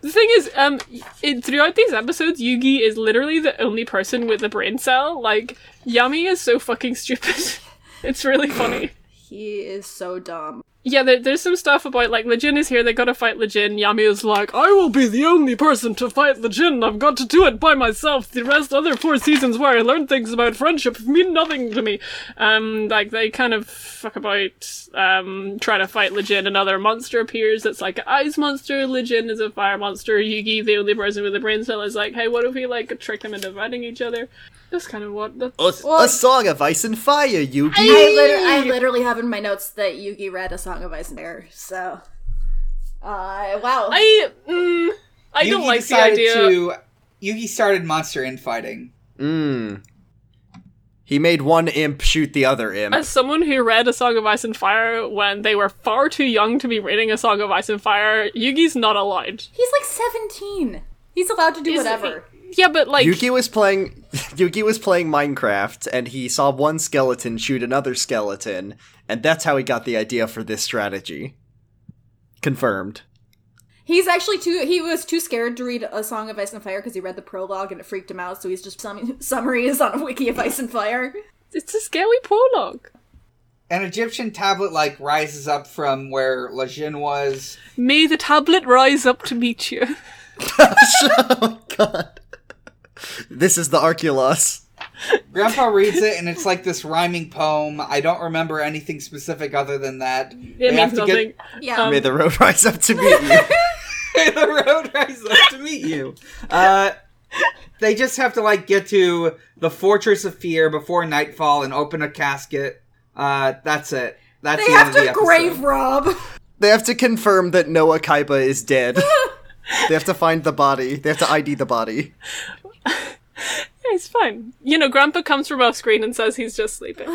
Speaker 4: The thing is, um, in, throughout these episodes, Yugi is literally the only person with a brain cell. Like, Yami is so fucking stupid. it's really funny.
Speaker 3: He is so dumb.
Speaker 4: yeah, there, there's some stuff about like Legin is here. They gotta fight Legin. Yami is like, I will be the only person to fight Legin. I've got to do it by myself. The rest other four seasons where I learned things about friendship mean nothing to me. Um, like they kind of fuck about um trying to fight Legin. Another monster appears. That's like an ice monster. Legin is a fire monster. Yugi, the only person with a brain cell, is like, hey, what if we like trick them into fighting each other? That's kind of what. That's,
Speaker 5: Oh.
Speaker 6: A, a song of ice and fire, Yuki.
Speaker 3: I, liter- I literally have in my notes that Yugi read a song of Ice and Air. So, uh, wow.
Speaker 4: I mm, I don't
Speaker 5: Yugi
Speaker 4: like the
Speaker 5: decided
Speaker 4: idea.
Speaker 5: To, Yugi started monster infighting.
Speaker 6: Mm. He made one imp shoot the other imp.
Speaker 4: As someone who read A Song of Ice and Fire when they were far too young to be reading A Song of Ice and Fire, Yugi's not allowed.
Speaker 3: He's like 17. He's allowed to do
Speaker 4: He's-
Speaker 3: whatever.
Speaker 4: Yeah, but like
Speaker 6: Yugi was playing Yugi was playing Minecraft and he saw one skeleton shoot another skeleton and that's how he got the idea for this strategy. Confirmed.
Speaker 3: He's actually too. He was too scared to read a song of Ice and Fire because he read the prologue and it freaked him out. So he's just sum- summaries on a wiki of Ice and Fire.
Speaker 4: it's a scary prologue.
Speaker 5: An Egyptian tablet like rises up from where Lajin was.
Speaker 4: May the tablet rise up to meet you.
Speaker 6: oh god. This is the Arculos.
Speaker 5: Grandpa reads it, and it's like this rhyming poem. I don't remember anything specific other than that.
Speaker 4: It means nothing.
Speaker 3: Yeah.
Speaker 6: May the road rise up to meet you.
Speaker 5: Get, the road rises up to meet you. Uh, they just have to like get to the Fortress of Fear before nightfall and open a casket. Uh, that's it. That's
Speaker 3: they
Speaker 5: the
Speaker 3: have
Speaker 5: end of the
Speaker 3: to
Speaker 5: episode.
Speaker 3: grave rob.
Speaker 6: They have to confirm that Noah Kaiba is dead. they have to find the body. They have to ID the body.
Speaker 4: Yeah, it's fine. You know, Grandpa comes from off screen and says he's just sleeping.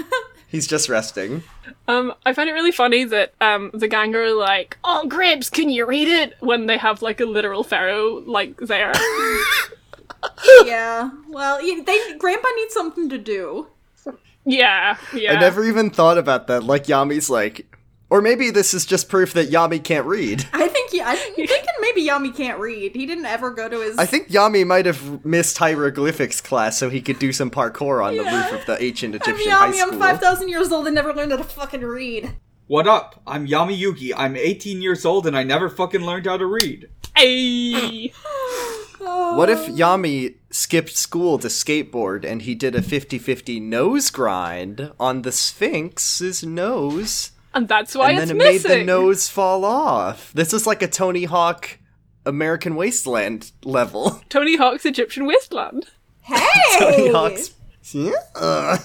Speaker 6: He's just resting.
Speaker 4: Um, I find it really funny that um, the gang are like, "Oh, Grips, can you read it?" When they have like a literal pharaoh like there.
Speaker 3: yeah. Well, y- they Grandpa needs something to do.
Speaker 4: yeah, yeah.
Speaker 6: I never even thought about that. Like Yami's like or maybe this is just proof that Yami can't read.
Speaker 3: I think. Yeah. I'm thinking maybe Yami can't read. He didn't ever go to his.
Speaker 6: I think Yami might have missed hieroglyphics class so he could do some parkour on the roof of the ancient
Speaker 3: I'm
Speaker 6: Egyptian high
Speaker 3: Yami.
Speaker 6: school.
Speaker 3: I'm five thousand years old and never learned how to fucking read.
Speaker 5: What up? I'm Yami Yugi. I'm 18 years old, and I never fucking learned how to read.
Speaker 4: Ayy.
Speaker 3: Oh.
Speaker 6: what if Yami skipped school to skateboard and he did a 50-50 nose grind on the Sphinx's nose
Speaker 4: and that's why
Speaker 6: and
Speaker 4: it's
Speaker 6: then it
Speaker 4: missing.
Speaker 6: made the nose fall off. This is like a Tony Hawk American Wasteland level.
Speaker 4: Tony Hawk's Egyptian wasteland.
Speaker 3: Hey.
Speaker 6: Tony Hawk's Yeah.
Speaker 5: Does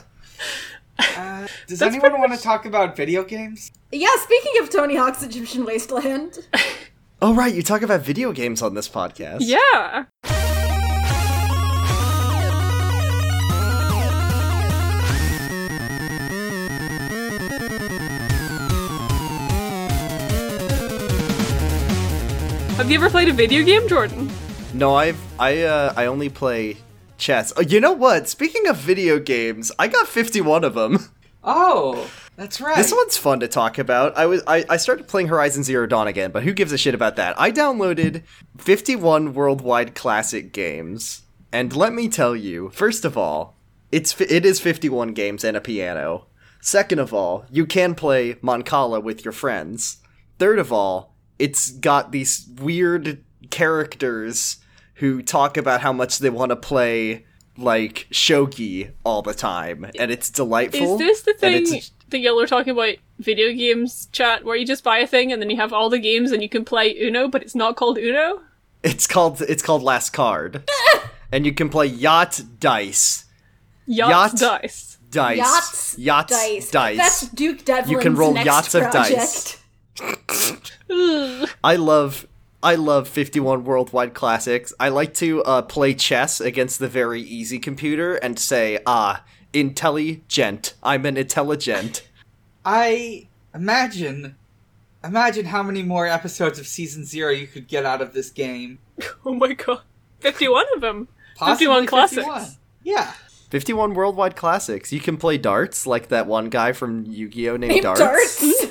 Speaker 4: That's
Speaker 5: anyone
Speaker 4: pretty
Speaker 5: want to
Speaker 4: much-
Speaker 5: talk about video games?
Speaker 3: Yeah. Speaking of Tony Hawk's Egyptian Wasteland.
Speaker 6: Oh right, you talk about video games on this podcast.
Speaker 4: Yeah. Have you ever played a video game, Jordan?
Speaker 6: No, I've I uh, I only play chess. Oh, you know what? Speaking of video games, I got 51 of them.
Speaker 5: Oh, that's right.
Speaker 6: This one's fun to talk about. I was I, I started playing Horizon Zero Dawn again, but who gives a shit about that? I downloaded 51 worldwide classic games, and let me tell you, first of all, it's fi- it is 51 games and a piano. Second of all, you can play Moncala with your friends. Third of all, it's got these weird characters who talk about how much they want to play like shogi all the time, and it's delightful.
Speaker 4: Is this the
Speaker 6: and
Speaker 4: thing
Speaker 6: it's
Speaker 4: that y'all were talking about video games chat where you just buy a thing and then you have all the games and you can play Uno, but it's not called Uno?
Speaker 6: It's called it's called Last Card. and you can play Yacht Dice.
Speaker 4: Yachts
Speaker 6: Yacht-
Speaker 4: dice.
Speaker 6: Dice.
Speaker 3: Yachts.
Speaker 6: Yachts
Speaker 3: Dice.
Speaker 6: Dice.
Speaker 3: That's Duke Devlin's
Speaker 6: You can roll
Speaker 3: next
Speaker 6: yachts of
Speaker 3: project.
Speaker 6: dice. I love I love 51 worldwide classics. I like to uh, play chess against the very easy computer and say, ah, intelligent. I'm an intelligent.
Speaker 5: I imagine, imagine how many more episodes of season zero you could get out of this game.
Speaker 4: Oh my god. 51 of them.
Speaker 5: Possibly
Speaker 4: 51 classics.
Speaker 5: 51. Yeah.
Speaker 6: 51 worldwide classics. You can play darts like that one guy from Yu-Gi-Oh named
Speaker 3: Aim
Speaker 6: Darts.
Speaker 3: darts.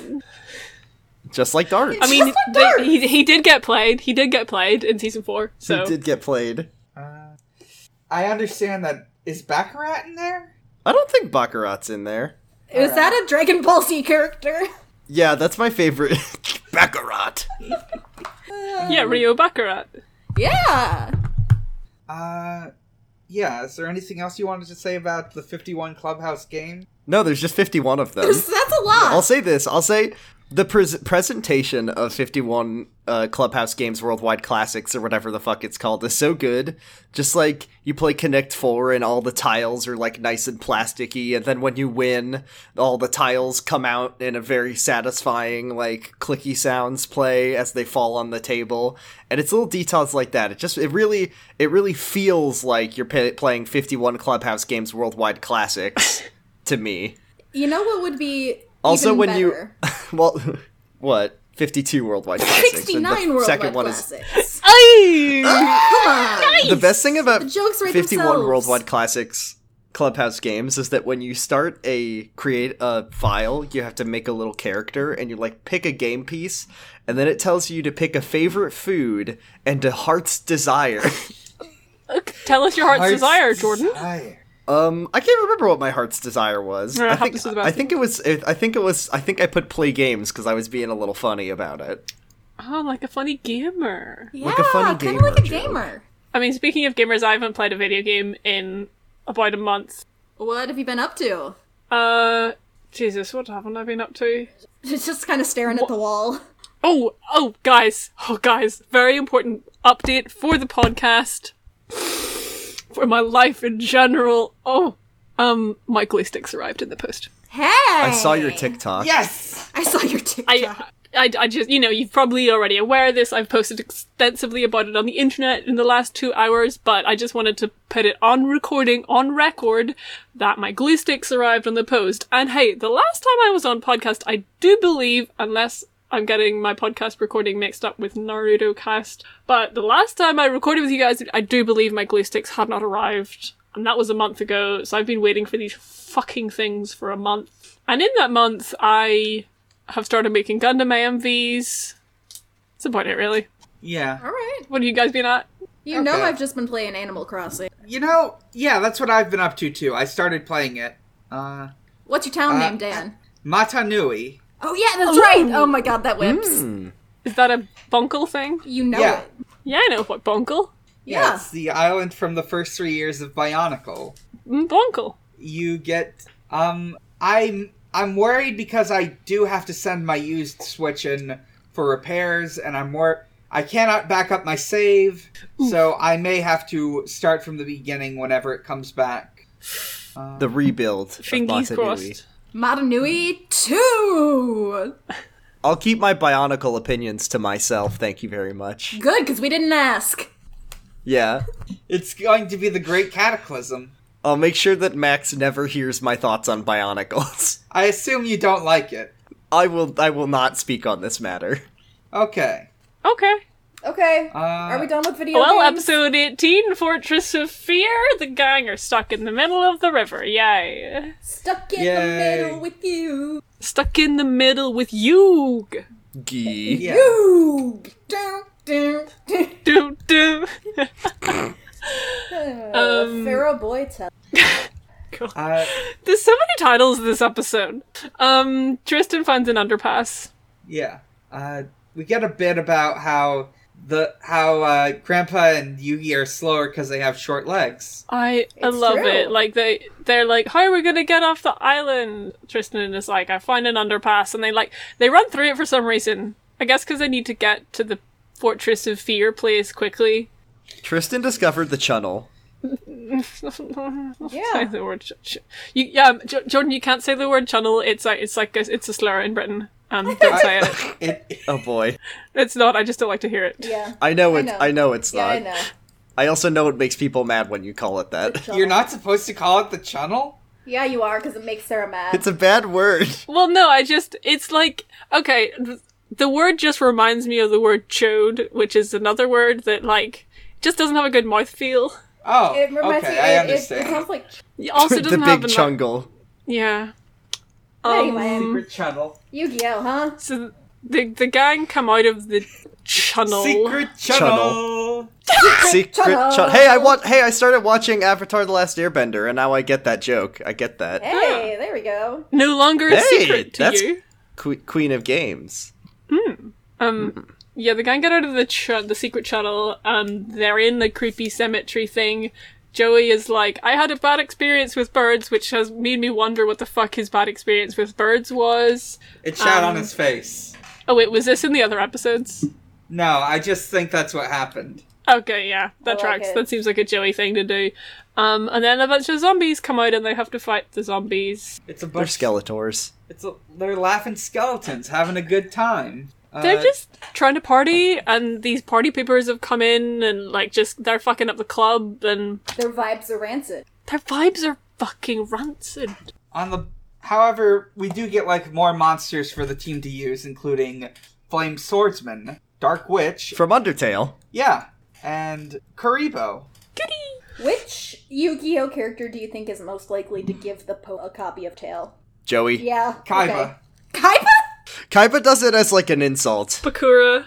Speaker 6: Just like darts.
Speaker 4: I mean, they, he, he did get played. He did get played in season four. So
Speaker 6: it did get played.
Speaker 5: I understand that. Is Baccarat in there?
Speaker 6: I don't think Baccarat's in there.
Speaker 3: Is that a Dragon Ball Z character?
Speaker 6: Yeah, that's my favorite. Baccarat.
Speaker 4: yeah, Rio Baccarat.
Speaker 3: Yeah.
Speaker 5: Uh, yeah. Is there anything else you wanted to say about the 51 Clubhouse game?
Speaker 6: No, there's just 51 of them.
Speaker 3: That's a lot.
Speaker 6: I'll say this. I'll say the pres presentation of 51 uh, clubhouse games worldwide classics or whatever the fuck it's called is so good just like you play connect four and all the tiles are like nice and plasticky and then when you win all the tiles come out in a very satisfying like clicky sounds play as they fall on the table and it's little details like that it just it really it really feels like you're pa playing 51 clubhouse games worldwide classics to me
Speaker 3: You know what would be
Speaker 6: also,
Speaker 3: even
Speaker 6: when
Speaker 3: better?
Speaker 6: you well, what fifty-two worldwide classics? and the
Speaker 3: 69 worldwide
Speaker 6: second one is
Speaker 3: classics.
Speaker 6: the best thing about
Speaker 3: jokes write
Speaker 6: fifty-one
Speaker 3: themselves.
Speaker 6: worldwide classics clubhouse games is that when you start a create a file, you have to make a little character and you like pick a game piece, and then it tells you to pick a favorite food and a heart's desire.
Speaker 4: Tell us your heart's desire, Jordan.
Speaker 5: Desire.
Speaker 6: Um, I can't remember what my heart's desire was.
Speaker 4: Yeah,
Speaker 6: I
Speaker 4: how
Speaker 6: think
Speaker 4: this is about
Speaker 6: I think it was I think it was I think I put play games because I was being a little funny about it.
Speaker 4: Oh, like a funny gamer.
Speaker 3: yeah,
Speaker 6: like a funny
Speaker 3: kind of like a
Speaker 6: gamer joke.
Speaker 3: gamer.
Speaker 4: I mean, speaking of gamers, I haven't played a video game in about a month.
Speaker 3: What have you been up to?
Speaker 4: Uh, Jesus, what haven't I been up to?
Speaker 3: Just kind of staring at the wall.
Speaker 4: Oh, oh, guys, oh, guys, very important update for the podcast, for my life in general. Oh, um, my glow sticks arrived in the post.
Speaker 3: Hey!
Speaker 6: I saw your TikTok.
Speaker 5: Yes.
Speaker 3: I saw your TikTok.
Speaker 4: I, I, I just, you know, you're probably already aware of this. I've posted extensively about it on the internet in the last two hours, but I just wanted to put it on recording, on record, that my glue sticks arrived on the post. And hey, the last time I was on podcast, I do believe, unless I'm getting my podcast recording mixed up with Naruto Cast, but the last time I recorded with you guys, I do believe my glue sticks had not arrived. And that was a month ago, so I've been waiting for these fucking things for a month. And in that month, I have started making Gundam AMVs. That's about it, really.
Speaker 5: Yeah.
Speaker 3: All right.
Speaker 4: What have you guys been at?
Speaker 3: You know
Speaker 5: Okay.
Speaker 3: I've just been playing Animal Crossing.
Speaker 5: You know, yeah, that's what I've been up to too. I started playing it. Uh,
Speaker 3: What's your town
Speaker 5: Uh,
Speaker 3: name, Dan?
Speaker 5: Matanui.
Speaker 3: Oh yeah, that's right. Oh my god, that whips.
Speaker 4: Is that a Bunkle thing?
Speaker 3: You know
Speaker 5: Hmm. Yeah.
Speaker 3: it.
Speaker 4: Yeah, I know what Bunkle.
Speaker 5: Yeah.
Speaker 3: Yeah.
Speaker 5: It's the island from the first three years of Bionicle.
Speaker 4: Mm, Bunkle.
Speaker 5: You get. Um, I'm I'm worried because I do have to send my used Switch in for repairs, and I'm wor I cannot back up my save, so I may have to start from the beginning whenever it comes back.
Speaker 6: The rebuild. of
Speaker 4: Fingers
Speaker 6: Matanui.
Speaker 4: crossed.
Speaker 3: Matanui 2!
Speaker 6: I'll keep my bionicle opinions to myself. Thank you very much.
Speaker 3: Good, because we didn't ask.
Speaker 6: Yeah.
Speaker 5: It's going to be the Great Cataclysm.
Speaker 6: I'll make sure that Max never hears my thoughts on bionicles.
Speaker 5: I assume you don't like it.
Speaker 6: I will I will not speak on this matter.
Speaker 5: Okay.
Speaker 4: Okay.
Speaker 3: Okay.
Speaker 5: Uh,
Speaker 3: Are we done with video
Speaker 4: Well,
Speaker 3: games?
Speaker 4: episode 18 Fortress of Fear. The gang are stuck in the middle of the river. Yay.
Speaker 3: Stuck in the
Speaker 5: Yay.
Speaker 3: middle with you.
Speaker 4: Stuck in the middle with Yug.
Speaker 6: Gee.
Speaker 5: yeah.
Speaker 4: Um,
Speaker 3: Ooh. Dun, dun, dun.
Speaker 4: Do, do.
Speaker 3: Uh, Pharaoh Boy Tell.
Speaker 5: Uh,
Speaker 4: There's so many titles this episode. Um, Tristan finds an underpass.
Speaker 5: yeah. Uh, we get a bit about how the how uh, Grandpa and Yugi are slower because they have short legs.
Speaker 4: I, I love
Speaker 3: true.
Speaker 4: it. Like they they're like, how are we gonna get off the island? Tristan is like, I find an underpass, and they like they run through it for some reason. I guess because they need to get to the Fortress of Fear place quickly.
Speaker 6: Tristan discovered the channel.
Speaker 4: Say
Speaker 3: Yeah.
Speaker 4: the word. ch- ch- You, yeah, um, Jo- Jordan, you can't say the word channel. It's like it's like a, it's a slur in Britain. Um, don't say it.
Speaker 5: It,
Speaker 6: Oh boy.
Speaker 4: It's not. I just don't like to hear it.
Speaker 3: Yeah.
Speaker 5: Uh,
Speaker 6: I know it I
Speaker 3: know.
Speaker 6: know, it's
Speaker 3: Yeah,
Speaker 6: not.
Speaker 3: I know.
Speaker 6: I also know it makes people mad when you call it that.
Speaker 5: you're not supposed to call it the channel.
Speaker 3: Yeah, you are, because it makes Sarah mad.
Speaker 6: It's a bad word.
Speaker 4: Well, no, I just it's like okay, th- the word just reminds me of the word chode, which is another word that like just doesn't have a good mouth feel.
Speaker 5: Oh,
Speaker 3: it reminds
Speaker 5: okay,
Speaker 3: me.
Speaker 5: I
Speaker 3: it, It, it
Speaker 5: understand.
Speaker 3: sounds like.
Speaker 4: It also
Speaker 6: the
Speaker 4: doesn't
Speaker 6: big
Speaker 4: have enough-
Speaker 6: chungle.
Speaker 4: Yeah. Um,
Speaker 3: Anyway,
Speaker 5: Secret channel.
Speaker 3: Yu-Gi-Oh, huh?
Speaker 4: So the the gang come out of the channel.
Speaker 5: Secret channel.
Speaker 6: Channel. Secret
Speaker 3: Channel.
Speaker 6: channel. Hey, I want. Hey, I started watching Avatar: The Last Airbender, and now I get that joke. I get that.
Speaker 3: Hey, there we go.
Speaker 4: No longer a
Speaker 6: Hey,
Speaker 4: secret to
Speaker 6: that's-
Speaker 4: you.
Speaker 6: Que- Queen of Games.
Speaker 4: Yeah, the gang get out of the ch- the secret channel. Um, they're in the creepy cemetery thing. Joey is like, I had a bad experience with birds, which has made me wonder what the fuck his bad experience with birds was.
Speaker 5: It shot on
Speaker 4: Um,
Speaker 5: his face.
Speaker 4: Oh wait, was this in the other episodes?
Speaker 5: No, I just think that's what happened.
Speaker 4: Okay, yeah, that
Speaker 3: like
Speaker 4: tracks.
Speaker 3: it.
Speaker 4: That seems like a Joey thing to do. Um, and then a bunch of zombies come out and they have to fight the zombies.
Speaker 5: It's a
Speaker 6: They're
Speaker 5: bunch.
Speaker 6: Skeletors.
Speaker 5: It's a, they're laughing skeletons having a good time. Uh,
Speaker 4: They're just trying to party, and these party poopers have come in and like just they're fucking up the club, and
Speaker 3: Their vibes are rancid.
Speaker 4: their vibes are fucking rancid.
Speaker 5: on the. However, we do get like more monsters for the team to use, including Flame Swordsman, Dark Witch,
Speaker 6: From Undertale.
Speaker 5: yeah, and Karibo.
Speaker 3: Which Yu-Gi-Oh character do you think is most likely to give the Poe a copy of Tail?
Speaker 6: Joey.
Speaker 3: Yeah.
Speaker 5: Kaiba.
Speaker 3: okay. Kaiba?
Speaker 6: Kaiba does it as like an insult.
Speaker 4: Bakura,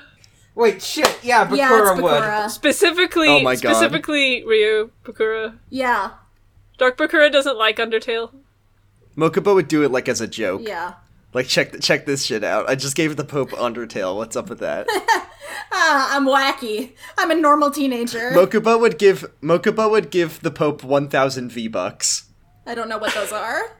Speaker 5: Wait, shit. Yeah, Bakura,
Speaker 3: yeah, it's
Speaker 5: would.
Speaker 3: Bakura.
Speaker 4: specifically,
Speaker 6: Oh my God.
Speaker 4: specifically Ryu Bakura.
Speaker 3: Yeah,
Speaker 4: Dark Bakura doesn't like Undertale.
Speaker 6: Mokuba would do it like as a joke.
Speaker 3: yeah.
Speaker 6: Like check th- check this shit out. I just gave the Pope Undertale. What's up with that?
Speaker 3: Ah, I'm wacky. I'm a normal teenager.
Speaker 6: Mokuba would give Mokuba would give the Pope 1000 V-bucks.
Speaker 3: I don't know what those are.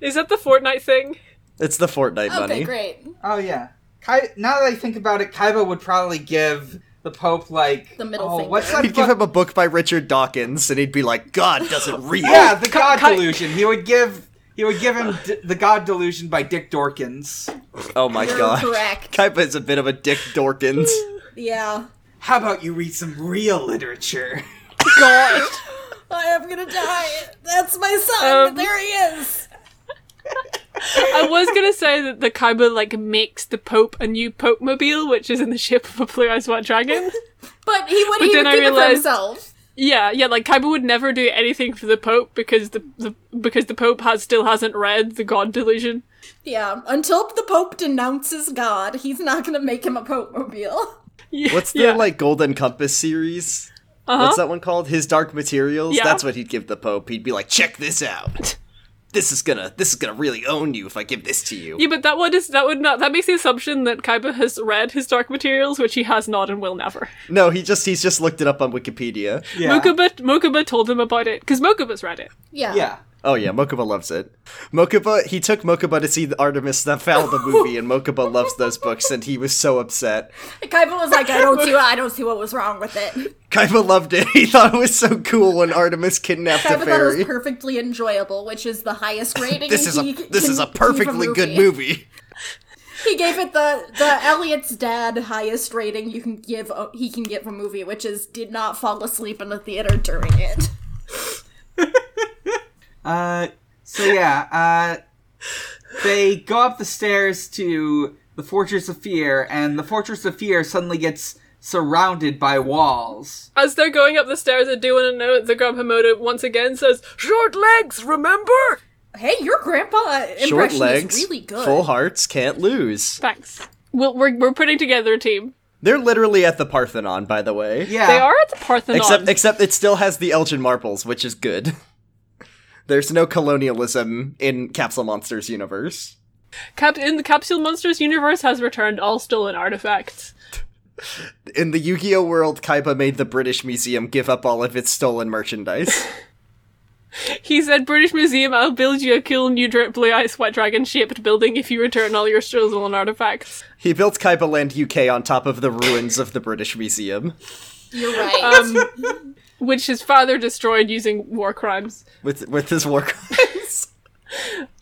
Speaker 4: Is that the Fortnite thing?
Speaker 6: It's the Fortnite
Speaker 3: Okay,
Speaker 6: money.
Speaker 3: great.
Speaker 5: Oh yeah. Kai- now that I think about it, Kaiba would probably give the Pope like
Speaker 3: The middle
Speaker 5: oh,
Speaker 3: finger.
Speaker 5: What's that
Speaker 6: He'd give
Speaker 5: fuck-
Speaker 6: him a book by Richard Dawkins and he'd be like, "God doesn't read."
Speaker 5: yeah, the God
Speaker 4: Kai-
Speaker 5: Delusion. He would give. He would give him d- the God Delusion by Dick Dorkins.
Speaker 6: Oh my
Speaker 3: You're
Speaker 6: god.
Speaker 3: correct.
Speaker 6: Kaiba is a bit of a Dick Dorkins.
Speaker 3: Yeah.
Speaker 5: How about you read some real literature?
Speaker 4: God.
Speaker 3: I am gonna die. That's my son.
Speaker 4: Um.
Speaker 3: there he is.
Speaker 4: I was gonna say that the Kaiba like makes the Pope a new Pope mobile, which is in the shape of a blue-eyed white dragon.
Speaker 3: But he
Speaker 4: But
Speaker 3: wouldn't even
Speaker 4: then I
Speaker 3: keep it for
Speaker 4: realized-
Speaker 3: himself.
Speaker 4: yeah, yeah, like Kaiba would never do anything for the Pope because the, the because the Pope has still hasn't read the God Delusion.
Speaker 3: Yeah. Until the Pope denounces God, he's not gonna make him a Pope mobile.
Speaker 4: Yeah,
Speaker 6: What's the
Speaker 4: yeah. Uh-huh.
Speaker 6: like Golden Compass series? What's that one called? His Dark Materials.
Speaker 4: Yeah.
Speaker 6: That's what he'd give the Pope. He'd be like, "Check this out. This is gonna this is gonna really own you if I give this to you."
Speaker 4: Yeah, but that one is that would not that makes the assumption that Kaiba has read his Dark Materials, which he has not and will never.
Speaker 6: No, he just he's just looked it up on Wikipedia.
Speaker 5: Yeah.
Speaker 4: Mokuba Mokuba told him about it because Mokuba's read it.
Speaker 3: Yeah.
Speaker 5: Yeah.
Speaker 6: Oh yeah, Mokuba loves it. Mokuba he took Mokuba to see the Artemis that found the movie, and Mokuba loves those books, and he was so upset.
Speaker 3: Kaiba was like, I don't see, I don't see what was wrong with it.
Speaker 6: Kaiba loved it. He thought it was so cool when Artemis kidnapped
Speaker 3: Kaiba
Speaker 6: a
Speaker 3: thought it was
Speaker 6: fairy.
Speaker 3: perfectly enjoyable, which is the highest rating.
Speaker 6: This is a
Speaker 3: he
Speaker 6: this
Speaker 3: can
Speaker 6: is a
Speaker 3: give
Speaker 6: perfectly good movie.
Speaker 3: He gave it the the Elliot's dad highest rating you can give a- he can give a movie, which is did not fall asleep in the theater during it.
Speaker 5: Uh, so yeah, uh, they go up the stairs to the Fortress of Fear, and the Fortress of Fear suddenly gets surrounded by walls.
Speaker 4: As they're going up the stairs, I do want to note that Grandpa Moto once again says, "Short legs, remember."
Speaker 3: Hey, your grandpa impression
Speaker 6: Short legs,
Speaker 3: is really good.
Speaker 6: full hearts, can't lose.
Speaker 4: Thanks. We'll, we're, we're putting together a team.
Speaker 6: They're literally at the Parthenon, by the way.
Speaker 5: Yeah,
Speaker 4: They are at the Parthenon.
Speaker 6: Except except it still has the Elgin marbles, which is good. There's no colonialism in Capsule Monsters universe.
Speaker 4: Cap- in the Capsule Monsters universe has returned all stolen artifacts.
Speaker 6: In the Yu-Gi-Oh world, Kaiba made the British Museum give up all of its stolen merchandise.
Speaker 4: He said, British Museum, I'll build you a cool new dra- blue eyes white dragon shaped building if you return all your stolen artifacts.
Speaker 6: he built Kaiba Land UK on top of the ruins of the British Museum
Speaker 3: You're right.
Speaker 4: Um, which his father destroyed using war crimes.
Speaker 6: with with his war crimes.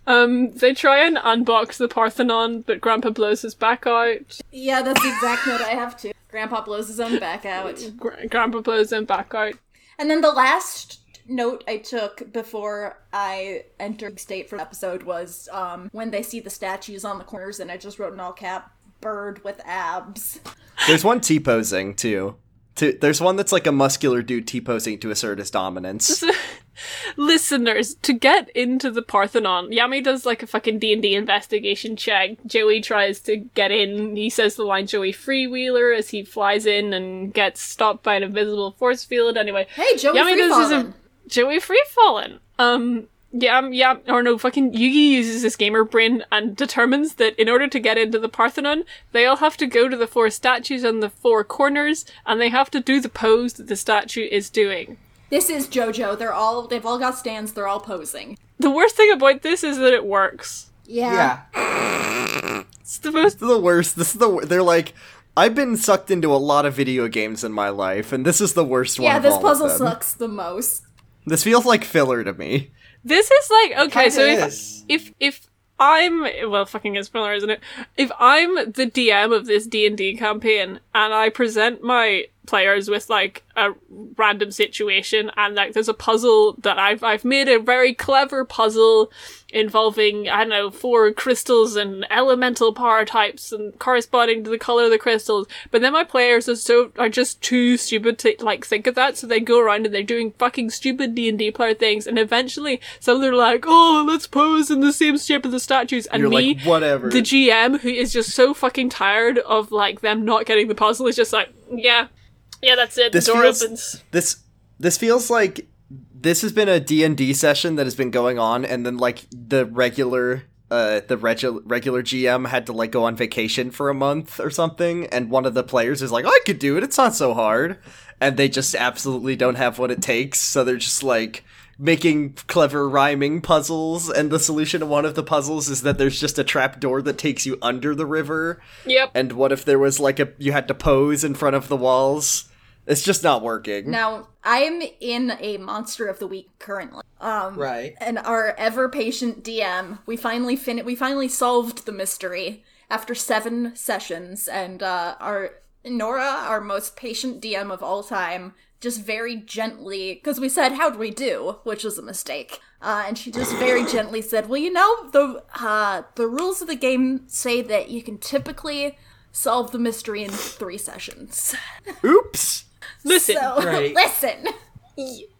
Speaker 4: Um, they try and unbox the Parthenon, but Grandpa blows his back out.
Speaker 3: yeah, that's the exact note I have too. Grandpa blows his own back out.
Speaker 4: Gr- Grandpa blows him back out.
Speaker 3: And then the last note I took before I entered state for the episode was um, when they see the statues on the corners, and I just wrote in all cap bird with abs.
Speaker 6: There's one T-posing too. T- There's one that's like a muscular dude T-posing to assert his dominance.
Speaker 4: listeners to get into the parthenon yami does like a fucking d&d investigation check joey tries to get in he says the line joey freewheeler as he flies in and gets stopped by an invisible force field anyway
Speaker 3: Hey, Joey
Speaker 4: yami does
Speaker 3: Freefallin'.
Speaker 4: his joey free fallen um yeah, um, yeah, or no, fucking Yugi uses his gamer brain and determines that in order to get into the Parthenon, they all have to go to the four statues on the four corners and they have to do the pose that the statue is doing.
Speaker 3: This is JoJo. They're all they've all got stands. They're all posing.
Speaker 4: The worst thing about this is that it works.
Speaker 5: Yeah.
Speaker 4: It's the most.
Speaker 6: the worst. This is the wor- they're like I've been sucked into a lot of video games in my life, and this is the worst one.
Speaker 3: Yeah,
Speaker 6: of
Speaker 3: this
Speaker 6: all of
Speaker 3: puzzle
Speaker 6: them.
Speaker 3: sucks the most.
Speaker 6: This feels like filler to me.
Speaker 4: This is like okay.
Speaker 5: Kinda
Speaker 4: So if,
Speaker 5: is.
Speaker 4: if if I'm well, fucking is spoiler, isn't it? If I'm the DM of this D and D campaign and I present my players with like a random situation and like there's a puzzle that I've I've made a very clever puzzle involving I don't know four crystals and elemental power types and corresponding to the color of the crystals. But then my players are so are just too stupid to like think of that, so they go around and they're doing fucking stupid D and D player things. And eventually, some of them are like, "Oh, let's pose in the same shape as the statues," and
Speaker 6: You're
Speaker 4: me,
Speaker 6: like whatever.
Speaker 4: the GM, who is just so fucking tired of like them not getting the puzzle, is just like, "Yeah, yeah, that's it."
Speaker 6: This
Speaker 4: the door
Speaker 6: feels-
Speaker 4: opens.
Speaker 6: this this feels like this has been a D&D session that has been going on and then like the regular uh the regu- regular GM had to like go on vacation for a month or something and one of the players is like I could do it it's not so hard and they just absolutely don't have what it takes so they're just like making clever rhyming puzzles and the solution to one of the puzzles is that there's just a trap door that takes you under the river
Speaker 4: Yep.
Speaker 6: and what if there was like a you had to pose in front of the walls it's just not working
Speaker 3: Now I'm in a monster of the week currently. Um,
Speaker 5: Right.
Speaker 3: and our ever patient DM, we finally fin we finally solved the mystery after seven sessions, and uh, our Nora, our most patient DM of all time, just very gently because we said how'd we do, which was a mistake, uh, and she just very gently said, well, you know the uh, the rules of the game say that you can typically solve the mystery in three sessions.
Speaker 6: Oops.
Speaker 4: Listen.
Speaker 3: So
Speaker 5: Right.
Speaker 3: listen.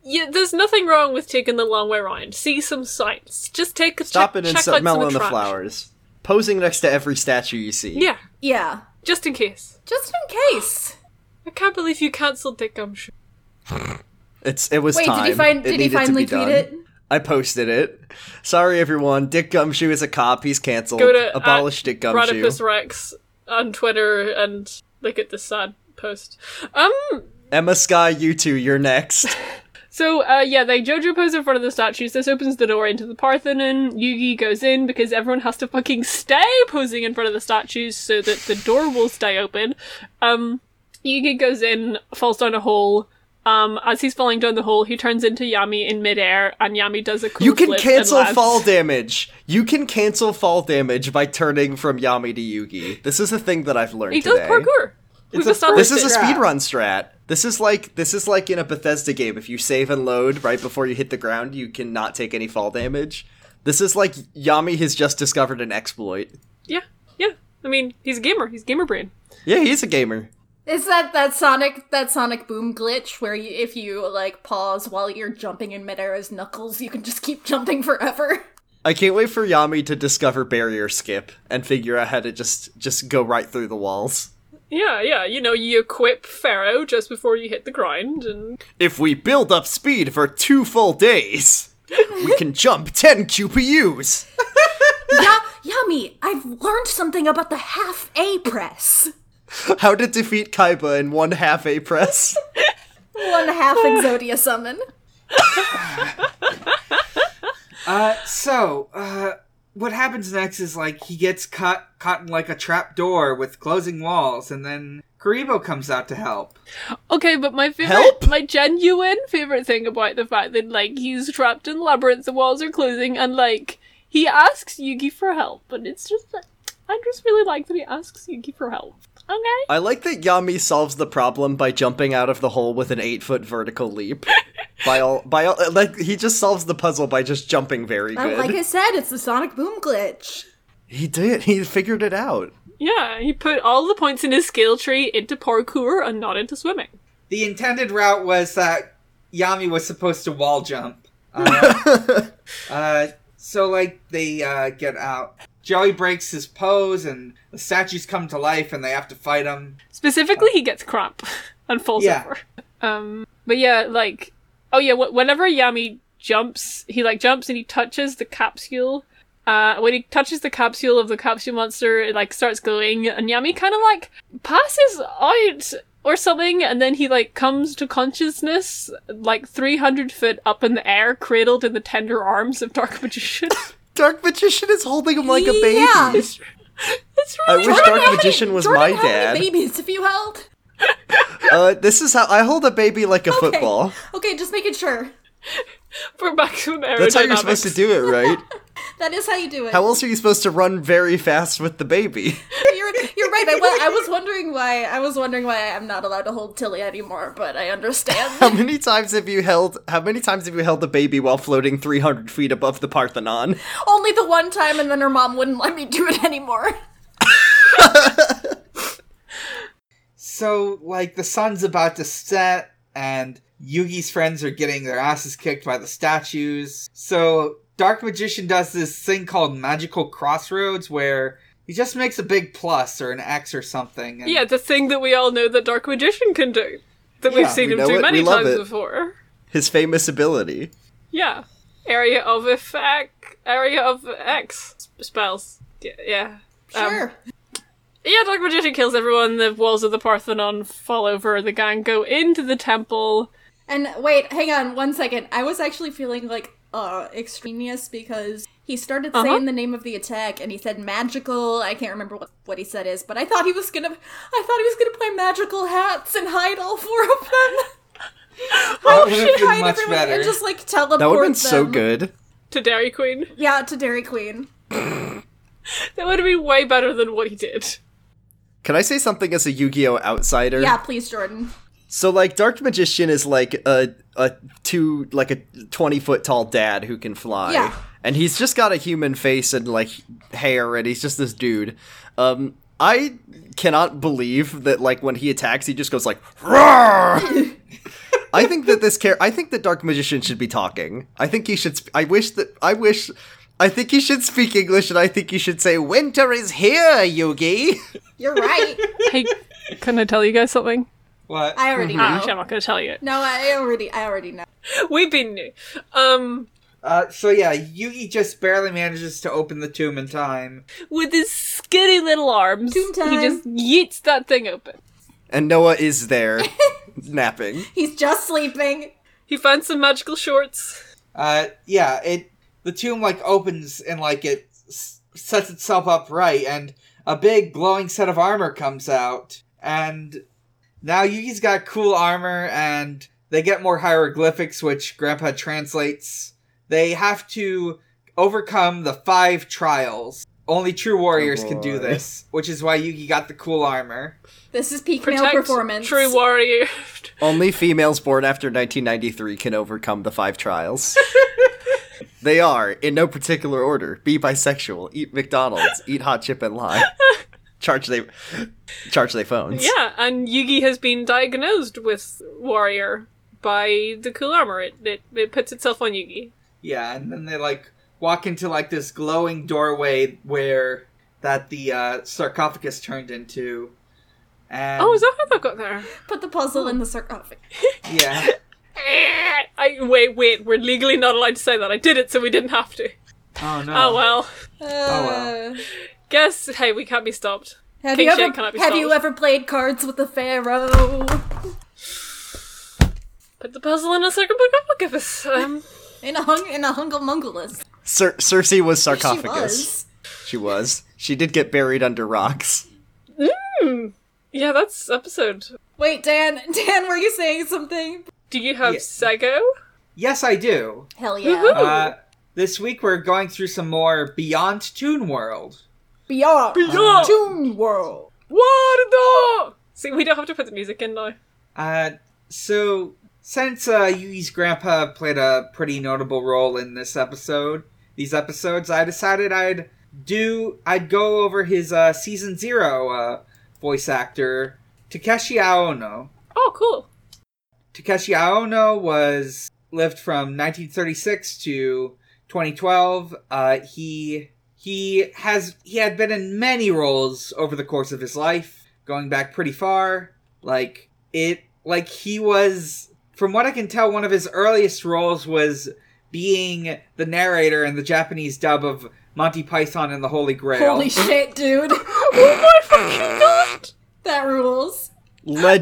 Speaker 4: Yeah, there's nothing wrong with taking the long way around. See some sights. Just take a
Speaker 6: Stop
Speaker 4: check,
Speaker 6: it and
Speaker 4: check
Speaker 6: smell
Speaker 4: out some
Speaker 6: on the
Speaker 4: attraction.
Speaker 6: flowers. Posing next to every statue you see.
Speaker 4: Yeah,
Speaker 3: Yeah,
Speaker 4: just in case.
Speaker 3: just in case.
Speaker 4: I can't believe you cancelled that gumshoe.
Speaker 6: It's it was
Speaker 3: Wait,
Speaker 6: time.
Speaker 3: did he find?
Speaker 6: It
Speaker 3: Did he
Speaker 6: needed to
Speaker 3: finally
Speaker 6: be
Speaker 3: tweet
Speaker 6: done.
Speaker 3: it?
Speaker 6: I posted it. Sorry everyone. Dick Gumshoe is a cop. He's canceled.
Speaker 4: Go to
Speaker 6: Abolish
Speaker 4: at
Speaker 6: Dick Gumshoe.
Speaker 4: Platypus Rex on Twitter and look at this sad post. Um.
Speaker 6: Emma Sky, you two, you're next.
Speaker 4: So, uh, yeah, they JoJo pose in front of the statues. This opens the door into the Parthenon. Yugi goes in because everyone has to fucking stay posing in front of the statues so that the door will stay open. Um, Yugi goes in, falls down a hole. Um, as he's falling down the hole, he turns into Yami in midair, and Yami does a cool
Speaker 6: You can
Speaker 4: flip and
Speaker 6: cancel
Speaker 4: lands.
Speaker 6: fall damage. You can cancel fall damage by turning from Yami to Yugi. This is a thing that I've learned
Speaker 4: He does
Speaker 6: today.
Speaker 4: parkour. We've
Speaker 5: a
Speaker 4: established
Speaker 6: This is a
Speaker 4: it.
Speaker 5: Strat.
Speaker 6: speedrun strat. This is like this is like in a Bethesda game. If you save and load right before you hit the ground, you cannot take any fall damage. This is like Yami has just discovered an exploit.
Speaker 4: yeah, yeah. I mean, he's a gamer. He's gamer brain.
Speaker 6: Yeah, he's a gamer.
Speaker 3: Is that that Sonic that Sonic Boom glitch where you, if you like pause while you're jumping in midair as Knuckles, you can just keep jumping forever?
Speaker 6: I can't wait for Yami to discover barrier skip and figure out how to just just go right through the walls.
Speaker 4: Yeah, yeah. You know, you equip Pharaoh just before you hit the ground, and
Speaker 6: If we build up speed for two full days, we can jump ten QPUs.
Speaker 3: yeah, yummy! I've learned something about the half A press.
Speaker 6: How to defeat Kaiba in one half a press.
Speaker 3: One half Exodia summon.
Speaker 5: Uh, so, uh, what happens next is like he gets caught caught in like a trap door with closing walls, and then Karibo comes out to help.
Speaker 4: Okay, but my favorite,
Speaker 6: Help?
Speaker 4: my genuine favorite thing about the fact that like he's trapped in labyrinth, the walls are closing, and like he asks Yugi for help, and it's just like I just really like that he asks Yugi for help. Okay,
Speaker 6: I like that Yami solves the problem by jumping out of the hole with an eight foot vertical leap. by all, by all, like he just solves the puzzle by just jumping very
Speaker 3: Uh,
Speaker 6: good.
Speaker 3: Like I said, it's the Sonic Boom glitch.
Speaker 6: he did. He figured it out.
Speaker 4: yeah, he put all the points in his skill tree into parkour and not into swimming.
Speaker 5: The intended route was that Yami was supposed to wall jump. Uh, uh, so like they uh, get out. Joey breaks his pose, and the statues come to life, and they have to fight him.
Speaker 4: Specifically, he gets cramp and falls
Speaker 5: Yeah.
Speaker 4: over. Um, but yeah, like, oh yeah, wh- whenever Yami jumps, he like jumps and he touches the capsule. Uh, when he touches the capsule of the capsule monster, it like starts glowing, and Yami kind of like passes out or something, and then he like comes to consciousness like 300 foot up in the air, cradled in the tender arms of Dark Magician.
Speaker 6: Dark Magician is holding him like a baby.
Speaker 3: Yeah.
Speaker 4: it's
Speaker 6: I
Speaker 4: really
Speaker 6: wish
Speaker 3: Jordan,
Speaker 6: Dark
Speaker 3: how many-
Speaker 6: Magician was
Speaker 3: Jordan,
Speaker 6: my
Speaker 3: how many
Speaker 6: dad.
Speaker 3: babies have you held?
Speaker 6: Uh, this is how I hold a baby like a
Speaker 3: Okay.
Speaker 6: football.
Speaker 3: Okay, just making sure.
Speaker 4: we're back to an aerodynamics.
Speaker 6: That's how you're supposed to do it, right?
Speaker 3: That is how you do it.
Speaker 6: How else are you supposed to run very fast with the baby?
Speaker 3: you're, you're right. I, wa- I was wondering why. I was wondering why I'm not allowed to hold Tilly anymore. But I
Speaker 6: How
Speaker 3: understand.
Speaker 6: many times have you held? How many times have you held the baby while floating 300 feet above the Parthenon?
Speaker 3: Only the one time, and then her mom wouldn't let me do it anymore.
Speaker 5: So, like, the sun's about to set, and Yugi's friends are getting their asses kicked by the statues. So, Dark Magician does this thing called Magical Crossroads, where he just makes a big plus or an X or something. And
Speaker 4: Yeah, the thing that we all know that Dark Magician can do. That we've
Speaker 5: Yeah,
Speaker 4: seen
Speaker 6: we
Speaker 4: him
Speaker 6: know
Speaker 4: do
Speaker 6: it,
Speaker 4: many
Speaker 6: we love
Speaker 4: times
Speaker 6: it.
Speaker 4: before.
Speaker 6: His famous ability.
Speaker 4: Yeah. Area of effect. Area of X sp- spells. Yeah. yeah. Um,
Speaker 3: Sure.
Speaker 4: Yeah, Dark Magician kills everyone. The walls of the Parthenon fall over. The gang go into the temple.
Speaker 3: And wait, hang on one second. I was actually feeling like uh extraneous because he started
Speaker 4: Uh-huh.
Speaker 3: saying the name of the attack and he said magical. I can't remember what, what he said is, but I thought he was gonna I thought he was gonna play magical hats and hide all four of them. Oh,
Speaker 5: that would have been
Speaker 3: hide
Speaker 5: much
Speaker 3: everyone
Speaker 5: better.
Speaker 3: and just like teleport
Speaker 6: That would have been
Speaker 3: them.
Speaker 6: so good.
Speaker 4: To Dairy Queen.
Speaker 3: Yeah, to Dairy Queen.
Speaker 4: That would have been way better than what he did.
Speaker 6: Can I say something as a Yu-Gi-Oh outsider?
Speaker 3: Yeah, please, Jordan.
Speaker 6: So like Dark Magician is like a a two like a 20 foot tall dad who can fly.
Speaker 3: Yeah.
Speaker 6: And he's just got a human face and like hair and he's just this dude. Um I cannot believe that like when he attacks he just goes like "Roar!" I think that this care I think that Dark Magician should be talking. I think he should sp- I wish that I wish I think he should speak English and I think he should say winter is here, Yugi.
Speaker 3: You're right.
Speaker 4: Hey, can I tell you guys something?
Speaker 5: What?
Speaker 3: I already
Speaker 4: Actually, I'm
Speaker 3: know.
Speaker 4: not going to tell you.
Speaker 3: No, I already I already know.
Speaker 4: We've been new. Um,
Speaker 5: Uh, so, yeah, Yugi just barely manages to open the tomb in time.
Speaker 4: with his skinny little arms,
Speaker 3: Tomb time.
Speaker 4: he just yeets that thing open.
Speaker 6: And Noah is there napping.
Speaker 3: He's just sleeping.
Speaker 4: He finds some magical shorts.
Speaker 5: Uh, yeah, it the tomb like opens and like it s- sets itself up right, and a big glowing set of armor comes out, and now Yugi's got cool armor, and they get more hieroglyphics, which Grandpa translates. They have to overcome the five trials. Only true warriors can do
Speaker 6: boy.
Speaker 5: this, which is why Yugi got the cool armor.
Speaker 3: This is peak male
Speaker 4: Protect
Speaker 3: performance.
Speaker 4: True warrior.
Speaker 6: Only females born after 1993 can overcome the five trials. they are, in no particular order, be bisexual, eat McDonald's, eat hot chip and lime, charge they charge they phones.
Speaker 4: yeah, and Yugi has been diagnosed with warrior by the cool armor. It, it, it puts itself on Yugi.
Speaker 5: Yeah, and then they like walk into like this glowing doorway where that the uh, sarcophagus turned into. And,
Speaker 4: Oh, is that how that got there?
Speaker 3: Put the puzzle in the oh, sarcophagus.
Speaker 5: yeah?
Speaker 4: Eh, I, wait, wait, we're legally not allowed to say that. I did it so we didn't have to.
Speaker 5: Oh no!
Speaker 4: Oh well.
Speaker 5: wow.
Speaker 3: Uh,
Speaker 4: Guess, hey, we can't be stopped.
Speaker 3: Have
Speaker 4: King
Speaker 3: you
Speaker 4: Shank
Speaker 3: ever
Speaker 4: cannot be
Speaker 3: have you
Speaker 4: solved.
Speaker 3: ever played cards with the pharaoh?
Speaker 4: Put the puzzle in a sarcophagus. Um,
Speaker 3: In a hung in a hungle mungulus.
Speaker 6: Cer- Cersei was
Speaker 3: She
Speaker 6: sarcophagus.
Speaker 3: was.
Speaker 6: She was. She did get buried under rocks.
Speaker 4: yeah, that's episode.
Speaker 3: Wait, Dan, Dan, were you saying something?
Speaker 4: Do you have
Speaker 5: Yeah.
Speaker 4: Sego?
Speaker 5: Yes, I do.
Speaker 3: Hell
Speaker 4: Woohoo.
Speaker 3: yeah.
Speaker 5: Uh, this week we're going through some more Beyond Toon World.
Speaker 3: Beyond,
Speaker 4: Beyond.
Speaker 3: Toon World.
Speaker 4: What the? See, we don't have to put the music in now.
Speaker 5: Uh, so since uh, Yui's grandpa played a pretty notable role in this episode, these episodes, I decided I'd do I'd go over his uh, season zero uh, voice actor Takeshi Aono.
Speaker 4: Oh, cool.
Speaker 5: Takeshi Aono was lived from 1936 to 2012. Uh, he he has he had been in many roles over the course of his life, going back pretty far. Like it, like he was, from what I can tell, one of his earliest roles was being the narrator in the Japanese dub of Monty Python and the Holy Grail.
Speaker 3: Holy shit, dude.
Speaker 4: Oh my fucking god!
Speaker 3: that rules.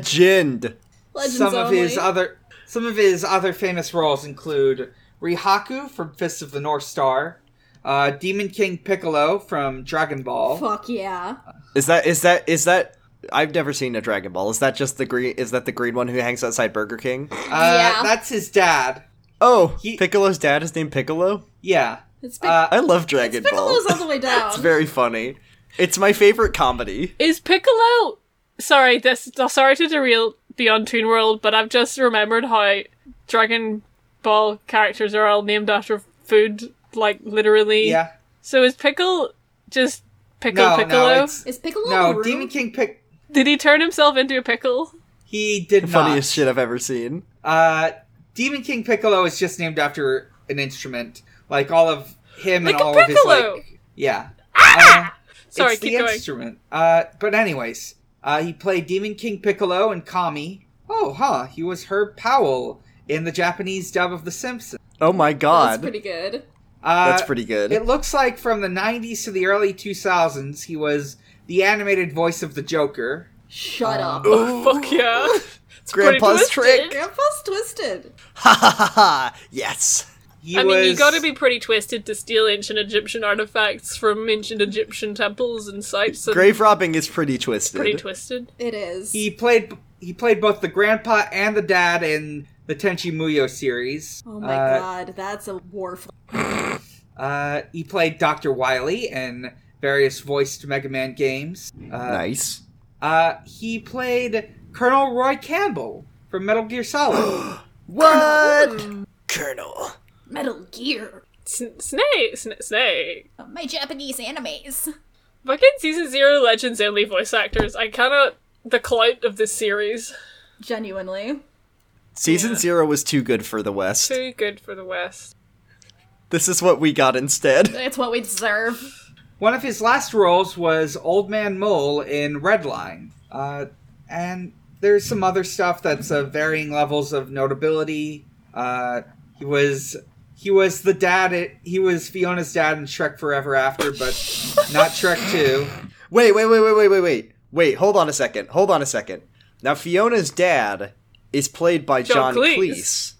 Speaker 6: Legend.
Speaker 3: Legends
Speaker 5: some of his
Speaker 3: only.
Speaker 5: other some of his other famous roles include Rihaku from Fist of the North Star, uh, Demon King Piccolo from Dragon Ball.
Speaker 3: Fuck yeah.
Speaker 6: Is that is that is that? I've never seen a Dragon Ball. Is that just the green? Is that the green one who hangs outside Burger King?
Speaker 5: Uh,
Speaker 3: Yeah.
Speaker 5: That's his dad.
Speaker 6: Oh,
Speaker 5: He-
Speaker 6: Piccolo's dad is named Piccolo.
Speaker 5: Yeah.
Speaker 3: It's Pic-
Speaker 5: Uh,
Speaker 6: I love Dragon Ball.
Speaker 3: Piccolo's all the way down.
Speaker 6: it's very funny. It's my favorite comedy.
Speaker 4: Is Piccolo? Sorry, this. oh, Sorry to derail Beyond Toon World, but I've just remembered how Dragon Ball characters are all named after food, like literally.
Speaker 5: yeah.
Speaker 4: So is Pickle just Pickle
Speaker 5: No,
Speaker 4: Piccolo?
Speaker 5: no, it's,
Speaker 3: Is Piccolo
Speaker 5: no.
Speaker 3: Maru?
Speaker 5: Demon King Pic.
Speaker 4: Did he turn himself into a pickle?
Speaker 5: He did
Speaker 6: Funniest
Speaker 5: not.
Speaker 6: shit I've ever seen.
Speaker 5: Uh, Demon King Piccolo is just named after an instrument, like all of him
Speaker 4: Like
Speaker 5: and
Speaker 4: a
Speaker 5: all of his
Speaker 4: piccolo!
Speaker 5: like. Yeah. Uh,
Speaker 4: Ah! Sorry,
Speaker 5: it's
Speaker 4: keep
Speaker 5: the
Speaker 4: going.
Speaker 5: instrument. Uh, but anyways, uh, he played Demon King Piccolo and Kami. Oh, huh. He was Herb Powell in the Japanese dub of The Simpsons.
Speaker 6: Oh my
Speaker 3: That's
Speaker 6: god,
Speaker 3: pretty good.
Speaker 5: Uh,
Speaker 6: That's pretty good.
Speaker 5: It looks like from the 90s to the early 2000s, he was the animated voice of the Joker.
Speaker 3: Shut
Speaker 5: Uh,
Speaker 3: up.
Speaker 4: Oh, fuck yeah. It's pretty
Speaker 6: Grandpa's
Speaker 4: twisted.
Speaker 6: trick.
Speaker 3: Grandpa's twisted.
Speaker 6: Ha ha ha ha! Yes.
Speaker 5: He
Speaker 4: I mean, you
Speaker 5: was-
Speaker 4: gotta be pretty twisted to steal ancient Egyptian artifacts from ancient Egyptian temples and sites. And
Speaker 6: Grave robbing is pretty twisted.
Speaker 4: Pretty twisted.
Speaker 3: It is.
Speaker 5: He played. He played both the grandpa and the dad in the Tenchi Muyo series.
Speaker 3: oh my
Speaker 5: Uh,
Speaker 3: god, that's a war. fl-
Speaker 5: Uh, he played Dr. Wily in various voiced Mega Man games. Uh,
Speaker 6: nice.
Speaker 5: uh, he played Colonel Roy Campbell from Metal Gear Solid.
Speaker 6: What? Colonel.
Speaker 3: Metal Gear.
Speaker 4: Sn- snake, sn- snake.
Speaker 3: My Japanese animes.
Speaker 4: Fucking season zero legends only voice actors. I cannot. The clout of this series.
Speaker 3: Genuinely.
Speaker 6: Season zero was too good for the West.
Speaker 4: Too good for the West.
Speaker 6: This is what we got instead.
Speaker 3: It's what we deserve.
Speaker 5: One of his last roles was Old Man Mole in Redline. Uh, and there's some other stuff that's of varying levels of notability. Uh, he was he was the dad. At, he was Fiona's dad in Shrek Forever After, but not Shrek Two.
Speaker 6: Wait, wait, wait, wait, wait, wait, wait. Wait, hold on a second. Hold on a second. Now Fiona's dad is played by
Speaker 4: John
Speaker 6: John,
Speaker 4: Cleese.
Speaker 6: Cleese.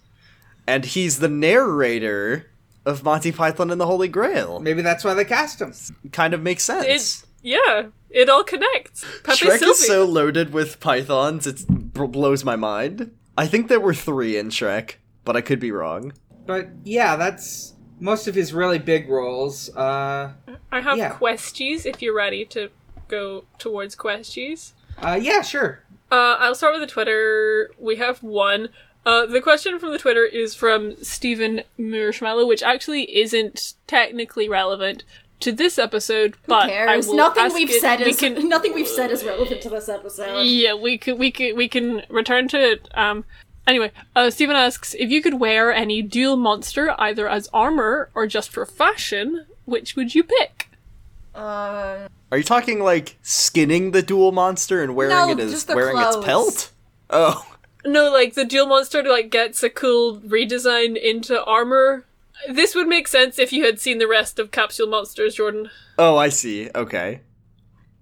Speaker 6: and he's the narrator of Monty Python and the Holy Grail.
Speaker 5: Maybe that's why they cast him.
Speaker 6: Kind of makes sense.
Speaker 4: It, yeah, it all connects. Pepe
Speaker 6: Shrek
Speaker 4: Sylvia.
Speaker 6: is so loaded with pythons, it blows my mind. I think there were three in Shrek, but I could be wrong.
Speaker 5: But yeah, that's most of his really big roles. Uh,
Speaker 4: I have
Speaker 5: Yeah.
Speaker 4: questies if you're ready to go towards questies.
Speaker 5: uh, yeah, sure.
Speaker 4: Uh, I'll start with the Twitter. We have one. Uh, the question from the Twitter is from Stephen Mearshmallow, which actually isn't technically relevant to this episode, but
Speaker 3: Who
Speaker 4: I
Speaker 3: cares?
Speaker 4: will
Speaker 3: Nothing
Speaker 4: ask
Speaker 3: we've
Speaker 4: it-
Speaker 3: said
Speaker 4: we
Speaker 3: is
Speaker 4: can-
Speaker 3: nothing we've said is relevant to this episode.
Speaker 4: Yeah, we could we could we can return to it. Um anyway, uh Steven asks if you could wear any dual monster either as armor or just for fashion, which would you pick?
Speaker 3: Uh,
Speaker 6: Are you talking like skinning the dual monster and wearing
Speaker 3: No,
Speaker 6: it as
Speaker 3: just the
Speaker 6: wearing
Speaker 3: clothes.
Speaker 6: its pelt? Oh,
Speaker 4: No, like the dual monster like gets a cool redesign into armor. This would make sense if you had seen the rest of Capsule Monsters, Jordan.
Speaker 6: oh, I see. Okay,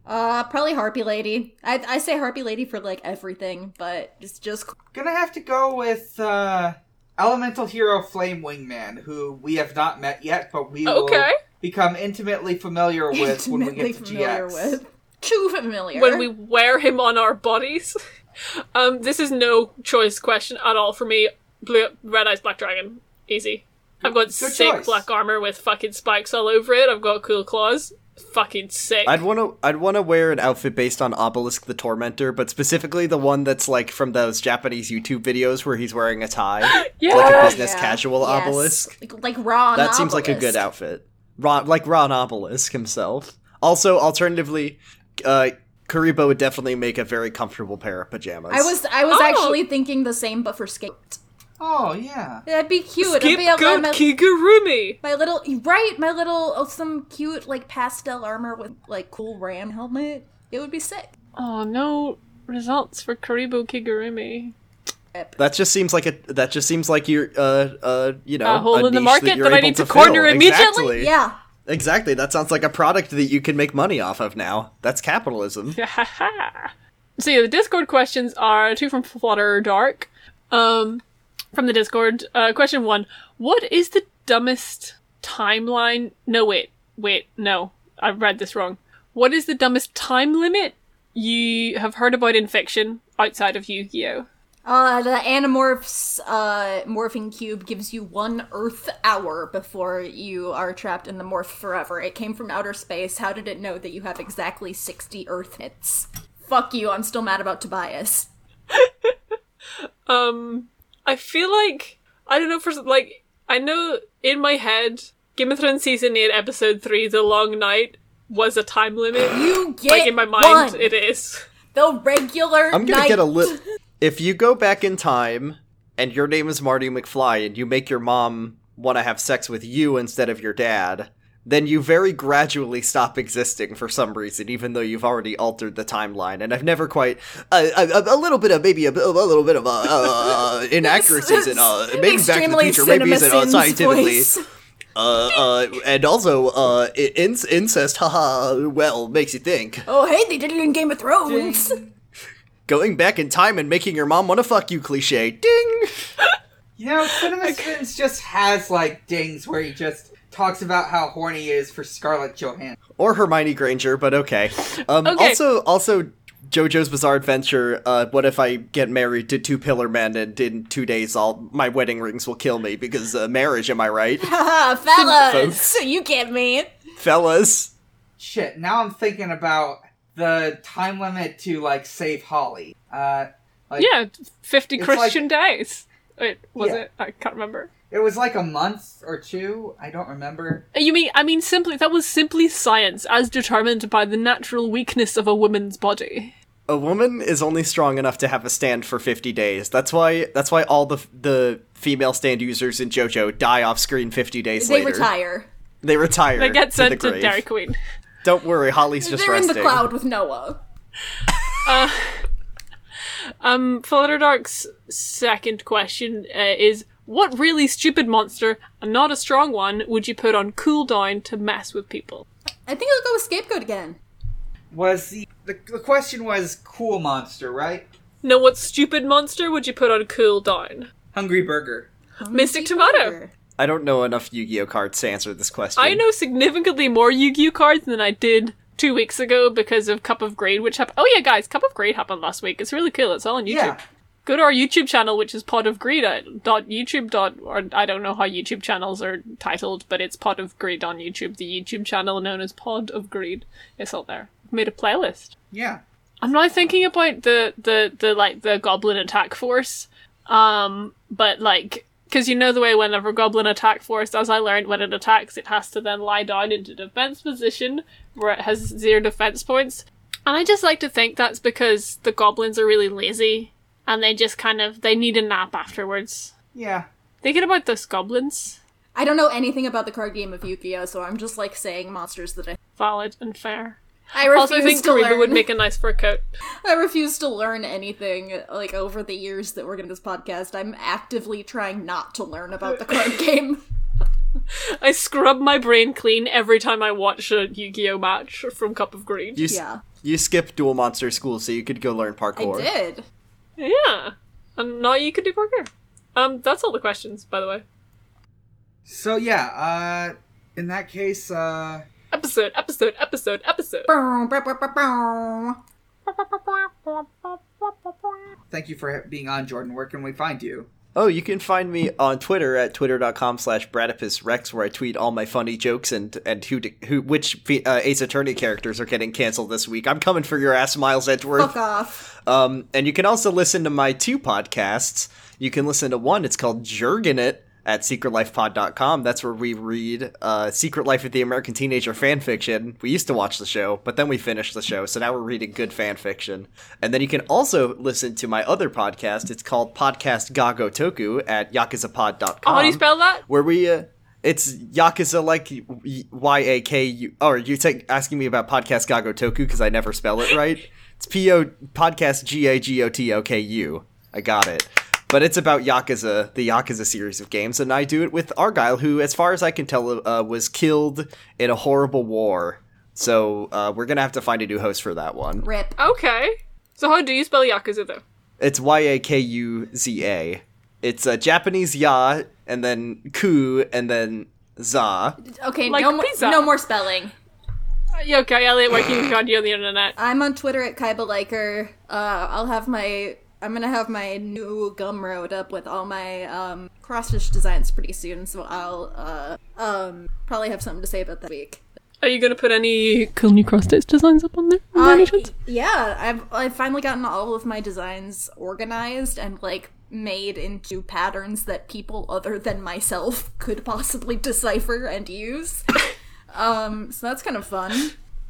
Speaker 3: uh, probably Harpy Lady. I I say Harpy Lady for like everything, but it's just
Speaker 5: Gonna have to go with uh, elemental hero Flame Wingman, who we have not met yet, but we
Speaker 4: Okay.
Speaker 5: will become intimately familiar with when we
Speaker 3: intimately
Speaker 5: get to
Speaker 3: familiar
Speaker 5: GX.
Speaker 3: with. Too familiar.
Speaker 4: When we wear him on our bodies. um, this is no choice question at all for me. Blue red eyes black dragon. Easy. I've got sick
Speaker 5: choice.
Speaker 4: black armor with fucking spikes all over it. I've got cool claws. Fucking sick.
Speaker 6: I'd want to. I'd want to wear an outfit based on Obelisk the Tormentor, but specifically the one that's like from those Japanese YouTube videos where he's wearing a tie,
Speaker 4: yeah.
Speaker 6: like a business
Speaker 3: Yeah.
Speaker 6: casual
Speaker 3: Yes.
Speaker 6: Obelisk.
Speaker 3: Like, like Ron.
Speaker 6: That seems like a good outfit. Ron, like Ron Obelisk himself. Also, alternatively, uh, Karibo would definitely make a very comfortable pair of pajamas.
Speaker 3: I was I was
Speaker 4: Oh.
Speaker 3: actually thinking the same, but for skate.
Speaker 5: Oh yeah.
Speaker 3: That'd be cute. It'd be a,
Speaker 4: Scapegoat
Speaker 3: my,
Speaker 4: Kigurumi.
Speaker 3: my little right, my little oh, some cute like pastel armor with like cool ram helmet. It would be sick.
Speaker 4: Oh no results for Karibo Kigurumi.
Speaker 6: That just seems like a. That just seems like you're, uh, uh, you know,
Speaker 4: A hole in the
Speaker 6: niche
Speaker 4: market
Speaker 6: you're
Speaker 4: that I
Speaker 6: able
Speaker 4: need to corner
Speaker 6: fill.
Speaker 4: immediately?
Speaker 6: Exactly.
Speaker 3: Yeah.
Speaker 6: Exactly. That sounds like a product that you can make money off of now. That's capitalism.
Speaker 4: Ha ha. So yeah, the Discord questions are two from Flutter Dark. Um, from the Discord, uh, question one: What is the dumbest timeline? No, wait, wait, no, I've read this wrong. What is the dumbest time limit you have heard about in fiction outside of Yu-Gi-Oh?
Speaker 3: Uh, the Animorphs uh, morphing cube gives you one Earth hour before you are trapped in the morph forever. It came from outer space. How did it know that you have exactly 60 Earth hits? Fuck you, I'm still mad about Tobias.
Speaker 4: I feel like I don't know for like I know in my head Game of Thrones season eight episode three, the long night was a time limit.
Speaker 3: You get
Speaker 4: Like in my mind,
Speaker 3: one.
Speaker 4: it is.
Speaker 3: the regular
Speaker 6: I'm gonna
Speaker 3: night.
Speaker 6: get a little. If you go back in time and your name is Marty McFly and you make your mom want to have sex with you instead of your dad, then you very gradually stop existing for some reason, even though you've already altered the timeline. And I've never quite uh, a, a, a little bit of maybe a, a little bit of uh, uh, inaccuracies in uh, maybe Back to the
Speaker 3: Extremely
Speaker 6: Future, maybe isn't uh,
Speaker 3: Cinema Sins
Speaker 6: scientifically
Speaker 3: voice.
Speaker 6: uh, uh, and also uh, i- inc- incest. Haha. Well, makes you think.
Speaker 3: Oh, hey, they did it in Game of Thrones.
Speaker 6: Going back in time and making your mom want to fuck you cliche. Ding!
Speaker 5: You know, Cinema Sins just has like dings where he just talks about how horny he is for Scarlett Johansson.
Speaker 6: Or Hermione Granger, but okay. Um,
Speaker 4: Okay.
Speaker 6: Also, also JoJo's Bizarre Adventure. Uh, what if I get married to two pillar men and in two days all my wedding rings will kill me because uh, marriage? Am I right,
Speaker 3: Ah, fellas,
Speaker 6: Folks.
Speaker 3: you get me.
Speaker 6: fellas?
Speaker 5: Shit, now I'm thinking about the time limit to like save Holly. Uh, like,
Speaker 4: Yeah, fifty
Speaker 5: It's
Speaker 4: Christian days. Wait, was
Speaker 5: Yeah.
Speaker 4: it? I can't remember.
Speaker 5: It was like a month or two. I don't remember.
Speaker 4: You mean I mean simply that was simply science as determined by the natural weakness of a woman's body.
Speaker 6: A woman is only strong enough to have a stand for fifty days. That's why. That's why all the the female stand users in JoJo die off screen fifty days
Speaker 3: They
Speaker 6: later.
Speaker 3: retire.
Speaker 6: They retire.
Speaker 4: They get sent
Speaker 6: the
Speaker 4: to,
Speaker 6: grave.
Speaker 4: Dairy Queen.
Speaker 6: Don't worry, Holly's just
Speaker 3: They're
Speaker 6: resting.
Speaker 3: in the cloud with Noah.
Speaker 4: Um, Flutterdark's second question uh, is: What really stupid monster and not a strong one would you put on cooldown to mess with people?
Speaker 3: I think I'll go with Scapegoat again.
Speaker 5: Was the the, the question was cool monster right?
Speaker 4: No, what stupid monster would you put on cooldown?
Speaker 5: Hungry Burger.
Speaker 4: Mystic Tomato.
Speaker 6: I don't know enough Yu-Gi-Oh cards to answer this question.
Speaker 4: I know significantly more Yu-Gi-Oh cards than I did two weeks ago because of Cup of Grade, which happened. Oh yeah, guys, Cup of Grade happened last week. It's really cool. It's all on YouTube.
Speaker 5: Yeah.
Speaker 4: Go to our YouTube channel, which is Pod of Greed at dot YouTube dot, or I don't know how YouTube channels are titled, but it's Pod of Greed on YouTube. The YouTube channel known as Pod of Greed. It's all there. I've made a playlist.
Speaker 5: Yeah.
Speaker 4: I'm not thinking about the the the like the goblin attack force, um, but like because you know the way whenever goblin attack force, as I learned, when it attacks, it has to then lie down into defense position where it has zero defense points, and I just like to think that's because the goblins are really lazy and they just kind of they need a nap afterwards.
Speaker 5: Yeah.
Speaker 4: Thinking about those goblins,
Speaker 3: I don't know anything about the card game of Yu-Gi-Oh, so I'm just like saying monsters that I.
Speaker 4: valid and fair.
Speaker 3: I refuse
Speaker 4: Also, I think
Speaker 3: to
Speaker 4: Kariba
Speaker 3: learn.
Speaker 4: would make a nice fur coat.
Speaker 3: I refuse to learn anything like over the years that we're doing this podcast. I'm actively trying not to learn about the card game.
Speaker 4: I scrub my brain clean every time I watch a Yu-Gi-Oh match from Cup of Greed.
Speaker 6: You, s-
Speaker 3: Yeah,
Speaker 6: you skipped Dual Monster School so you could go learn parkour.
Speaker 3: I did.
Speaker 4: Yeah. And now you could do parkour. Um, that's all the questions, by the way.
Speaker 5: So yeah. Uh, in that case, uh,
Speaker 4: Episode, episode, episode, episode.
Speaker 3: Boom, bow, bow, bow, bow.
Speaker 5: thank you for being on, Jordan. Where can we find you?
Speaker 6: Oh, you can find me on Twitter at twitter.com slash bradipusrex where I tweet all my funny jokes and, and who, d- who which fe- uh, Ace Attorney characters are getting canceled this week. I'm coming for your ass, Miles
Speaker 3: Fuck
Speaker 6: Edgeworth.
Speaker 3: off.
Speaker 6: Um, and you can also listen to my two podcasts. You can listen to one, it's called Jergin It at secretlifepod.com. That's where we read uh, Secret Life of the American Teenager fan fiction. We used to watch the show, but then we finished the show, so now we're reading good fan fiction. And then you can also listen to my other podcast. It's called Podcast Gago Toku at yakuzapod.com.
Speaker 4: Oh, How do you spell that?
Speaker 6: Where we. Uh, it's Yakuza like Y A K U. Or you take asking me about podcast Gago Toku because I never spell it right. It's P O podcast G A G O T O K U. I got it. But it's about Yakuza, the Yakuza series of games, and I do it with Argyle, who, as far as I can tell, uh, was killed in a horrible war. So uh, we're gonna have to find a new host for that one.
Speaker 3: Rip.
Speaker 4: Okay. So how do you spell Yakuza though?
Speaker 6: It's Y A K U Z A. It's a Japanese ya and then ku and then za.
Speaker 3: Okay,
Speaker 4: Like
Speaker 3: no, mo-
Speaker 4: pizza.
Speaker 3: no more spelling.
Speaker 4: Uh, yeah, okay, Elliot, where can you find you on the internet?
Speaker 3: I'm on Twitter at Kaiba Liker. Uh, I'll have my I'm gonna have my new Gumroad up with all my um, crossfish designs pretty soon, so I'll uh, um, probably have something to say about that week.
Speaker 4: Are you gonna put any cool new cross stitch designs up on there? by
Speaker 3: Uh,
Speaker 4: any chance?
Speaker 3: yeah, I've I've finally gotten all of my designs organized and like made into patterns that people other than myself could possibly decipher and use. um, so that's kind of fun.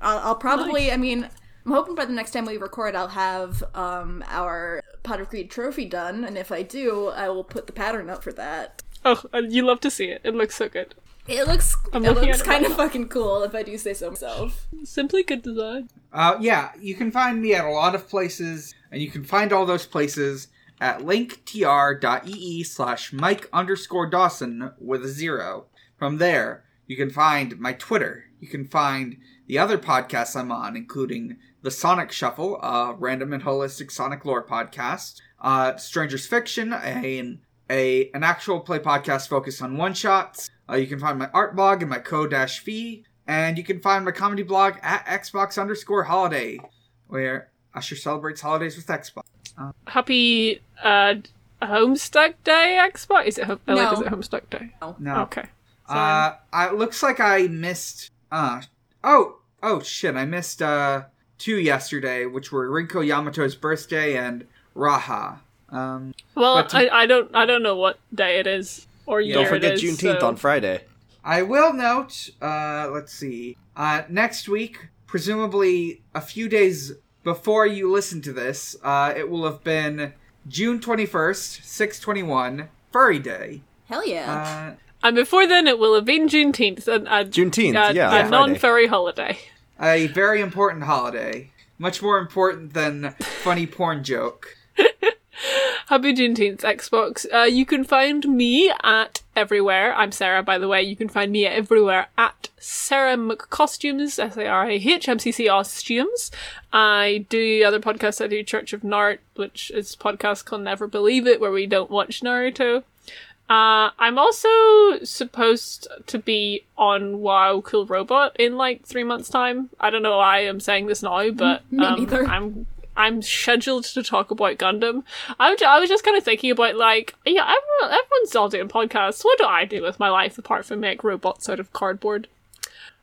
Speaker 3: I'll, I'll probably, I mean, I'm hoping by the next time we record, I'll have um our Pot of Greed trophy done, and if I do, I will put the pattern up for that.
Speaker 4: Oh, uh, you love to see it. It looks so good.
Speaker 3: It looks
Speaker 4: I'm
Speaker 3: it
Speaker 4: looking
Speaker 3: looks
Speaker 4: at it right
Speaker 3: kind of
Speaker 4: now.
Speaker 3: fucking cool if I do say so myself.
Speaker 4: Simply good design.
Speaker 5: Uh, yeah, you can find me at a lot of places, and you can find all those places at linktr.ee slash Mike underscore Dawson with a zero. From there, you can find my Twitter. You can find the other podcasts I'm on, including The Sonic Shuffle, a random and holistic Sonic lore podcast, uh, Stranger's Fiction, an a an actual play podcast focused on one shots. Uh, you can find my art blog and my co dash fee, and you can find my comedy blog at Xbox underscore holiday, where Usher celebrates holidays with Xbox.
Speaker 4: Happy uh Homestuck Day Xbox. Is it home- Elliot,
Speaker 3: No.
Speaker 4: is it Homestuck Day?
Speaker 6: Oh.
Speaker 5: No,
Speaker 4: Okay.
Speaker 5: uh, I, it looks like I missed. Uh, oh, oh shit! I missed uh two yesterday, which were Rinko Yamato's birthday and Raha. Um,
Speaker 4: Well,
Speaker 5: But to-
Speaker 4: I, I don't I don't know what day it is or year
Speaker 6: Don't forget
Speaker 4: it is,
Speaker 6: Juneteenth
Speaker 4: so-
Speaker 6: on Friday.
Speaker 5: I will note, uh, let's see, uh, next week, presumably a few days before you listen to this, uh, it will have been June 21st, 621, Furry Day.
Speaker 3: Hell yeah.
Speaker 5: Uh,
Speaker 4: And before then, it will have been Juneteenth, and a,
Speaker 6: Juneteenth,
Speaker 4: a,
Speaker 6: yeah,
Speaker 4: a
Speaker 6: Friday.
Speaker 4: non-furry holiday.
Speaker 5: a very important holiday. Much more important than funny porn joke.
Speaker 4: Happy Juneteenth, Xbox. Uh, you can find me at everywhere. I'm Sarah, by the way. You can find me everywhere at Sarah McCostumes, S A R A H M C C Costumes. I do other podcasts. I do Church of Nart, which is a podcast called Never Believe It, where we don't watch Naruto. Uh, I'm also supposed to be on WoW Cool Robot in like three months' time. I don't know why I'm saying this now, but
Speaker 3: Mm, me
Speaker 4: um,
Speaker 3: neither.
Speaker 4: I'm I'm scheduled to talk about Gundam. I'm ju- I was just kind of thinking about like, yeah, everyone, everyone's all doing podcasts. What do I do with my life apart from make robots out of cardboard?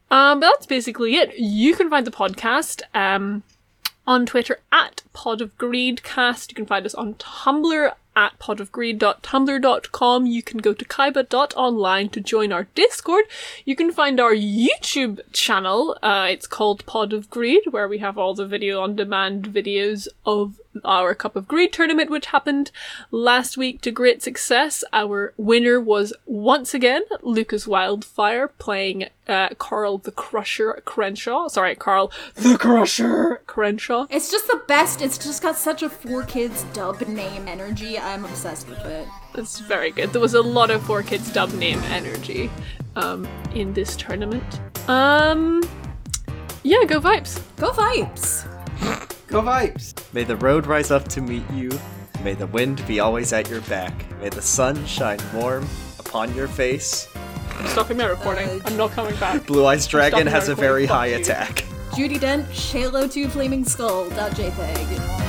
Speaker 4: Um, but that's basically it. You can find the podcast. Um, on Twitter at Pod of Greedcast. You can find us on Tumblr at podofgreed.tumblr.com. You can go to kaiba.online to join our Discord. You can find our YouTube channel. Uh, it's called Pod of Greed, where we have all the video on demand videos of our Cup of Greed tournament, which happened last week to great success. Our winner was once again Lucas Wildfire playing uh, Carl the Crusher Crenshaw. Sorry, Carl the Crusher Crenshaw.
Speaker 3: It's just the best. It's just got such a four kids dub name energy. I'm obsessed with it.
Speaker 4: It's very good. There was a lot of four kids dub name energy um, in this tournament. Um, yeah, go vibes.
Speaker 3: Go Vipes!
Speaker 5: Go Vipes!
Speaker 6: May the road rise up to meet you. May the wind be always at your back. May the sun shine warm upon your face.
Speaker 4: I'm stopping my recording. I'm not coming back.
Speaker 6: Blue Eyes Dragon
Speaker 4: Stop
Speaker 6: has a
Speaker 4: Mercury,
Speaker 6: very
Speaker 4: fuck
Speaker 6: high
Speaker 4: you.
Speaker 6: attack.
Speaker 3: Judy Dent, Shalo2 Flaming Skull. JPEG.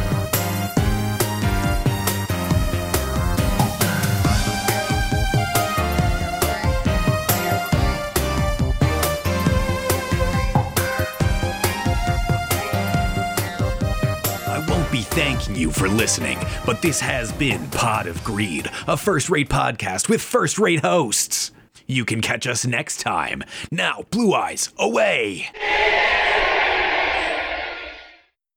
Speaker 1: I won't be thanking you for listening, but this has been Pod of Greed, a first rate podcast with first rate hosts. You can catch us next time. Now, Blue Eyes, away!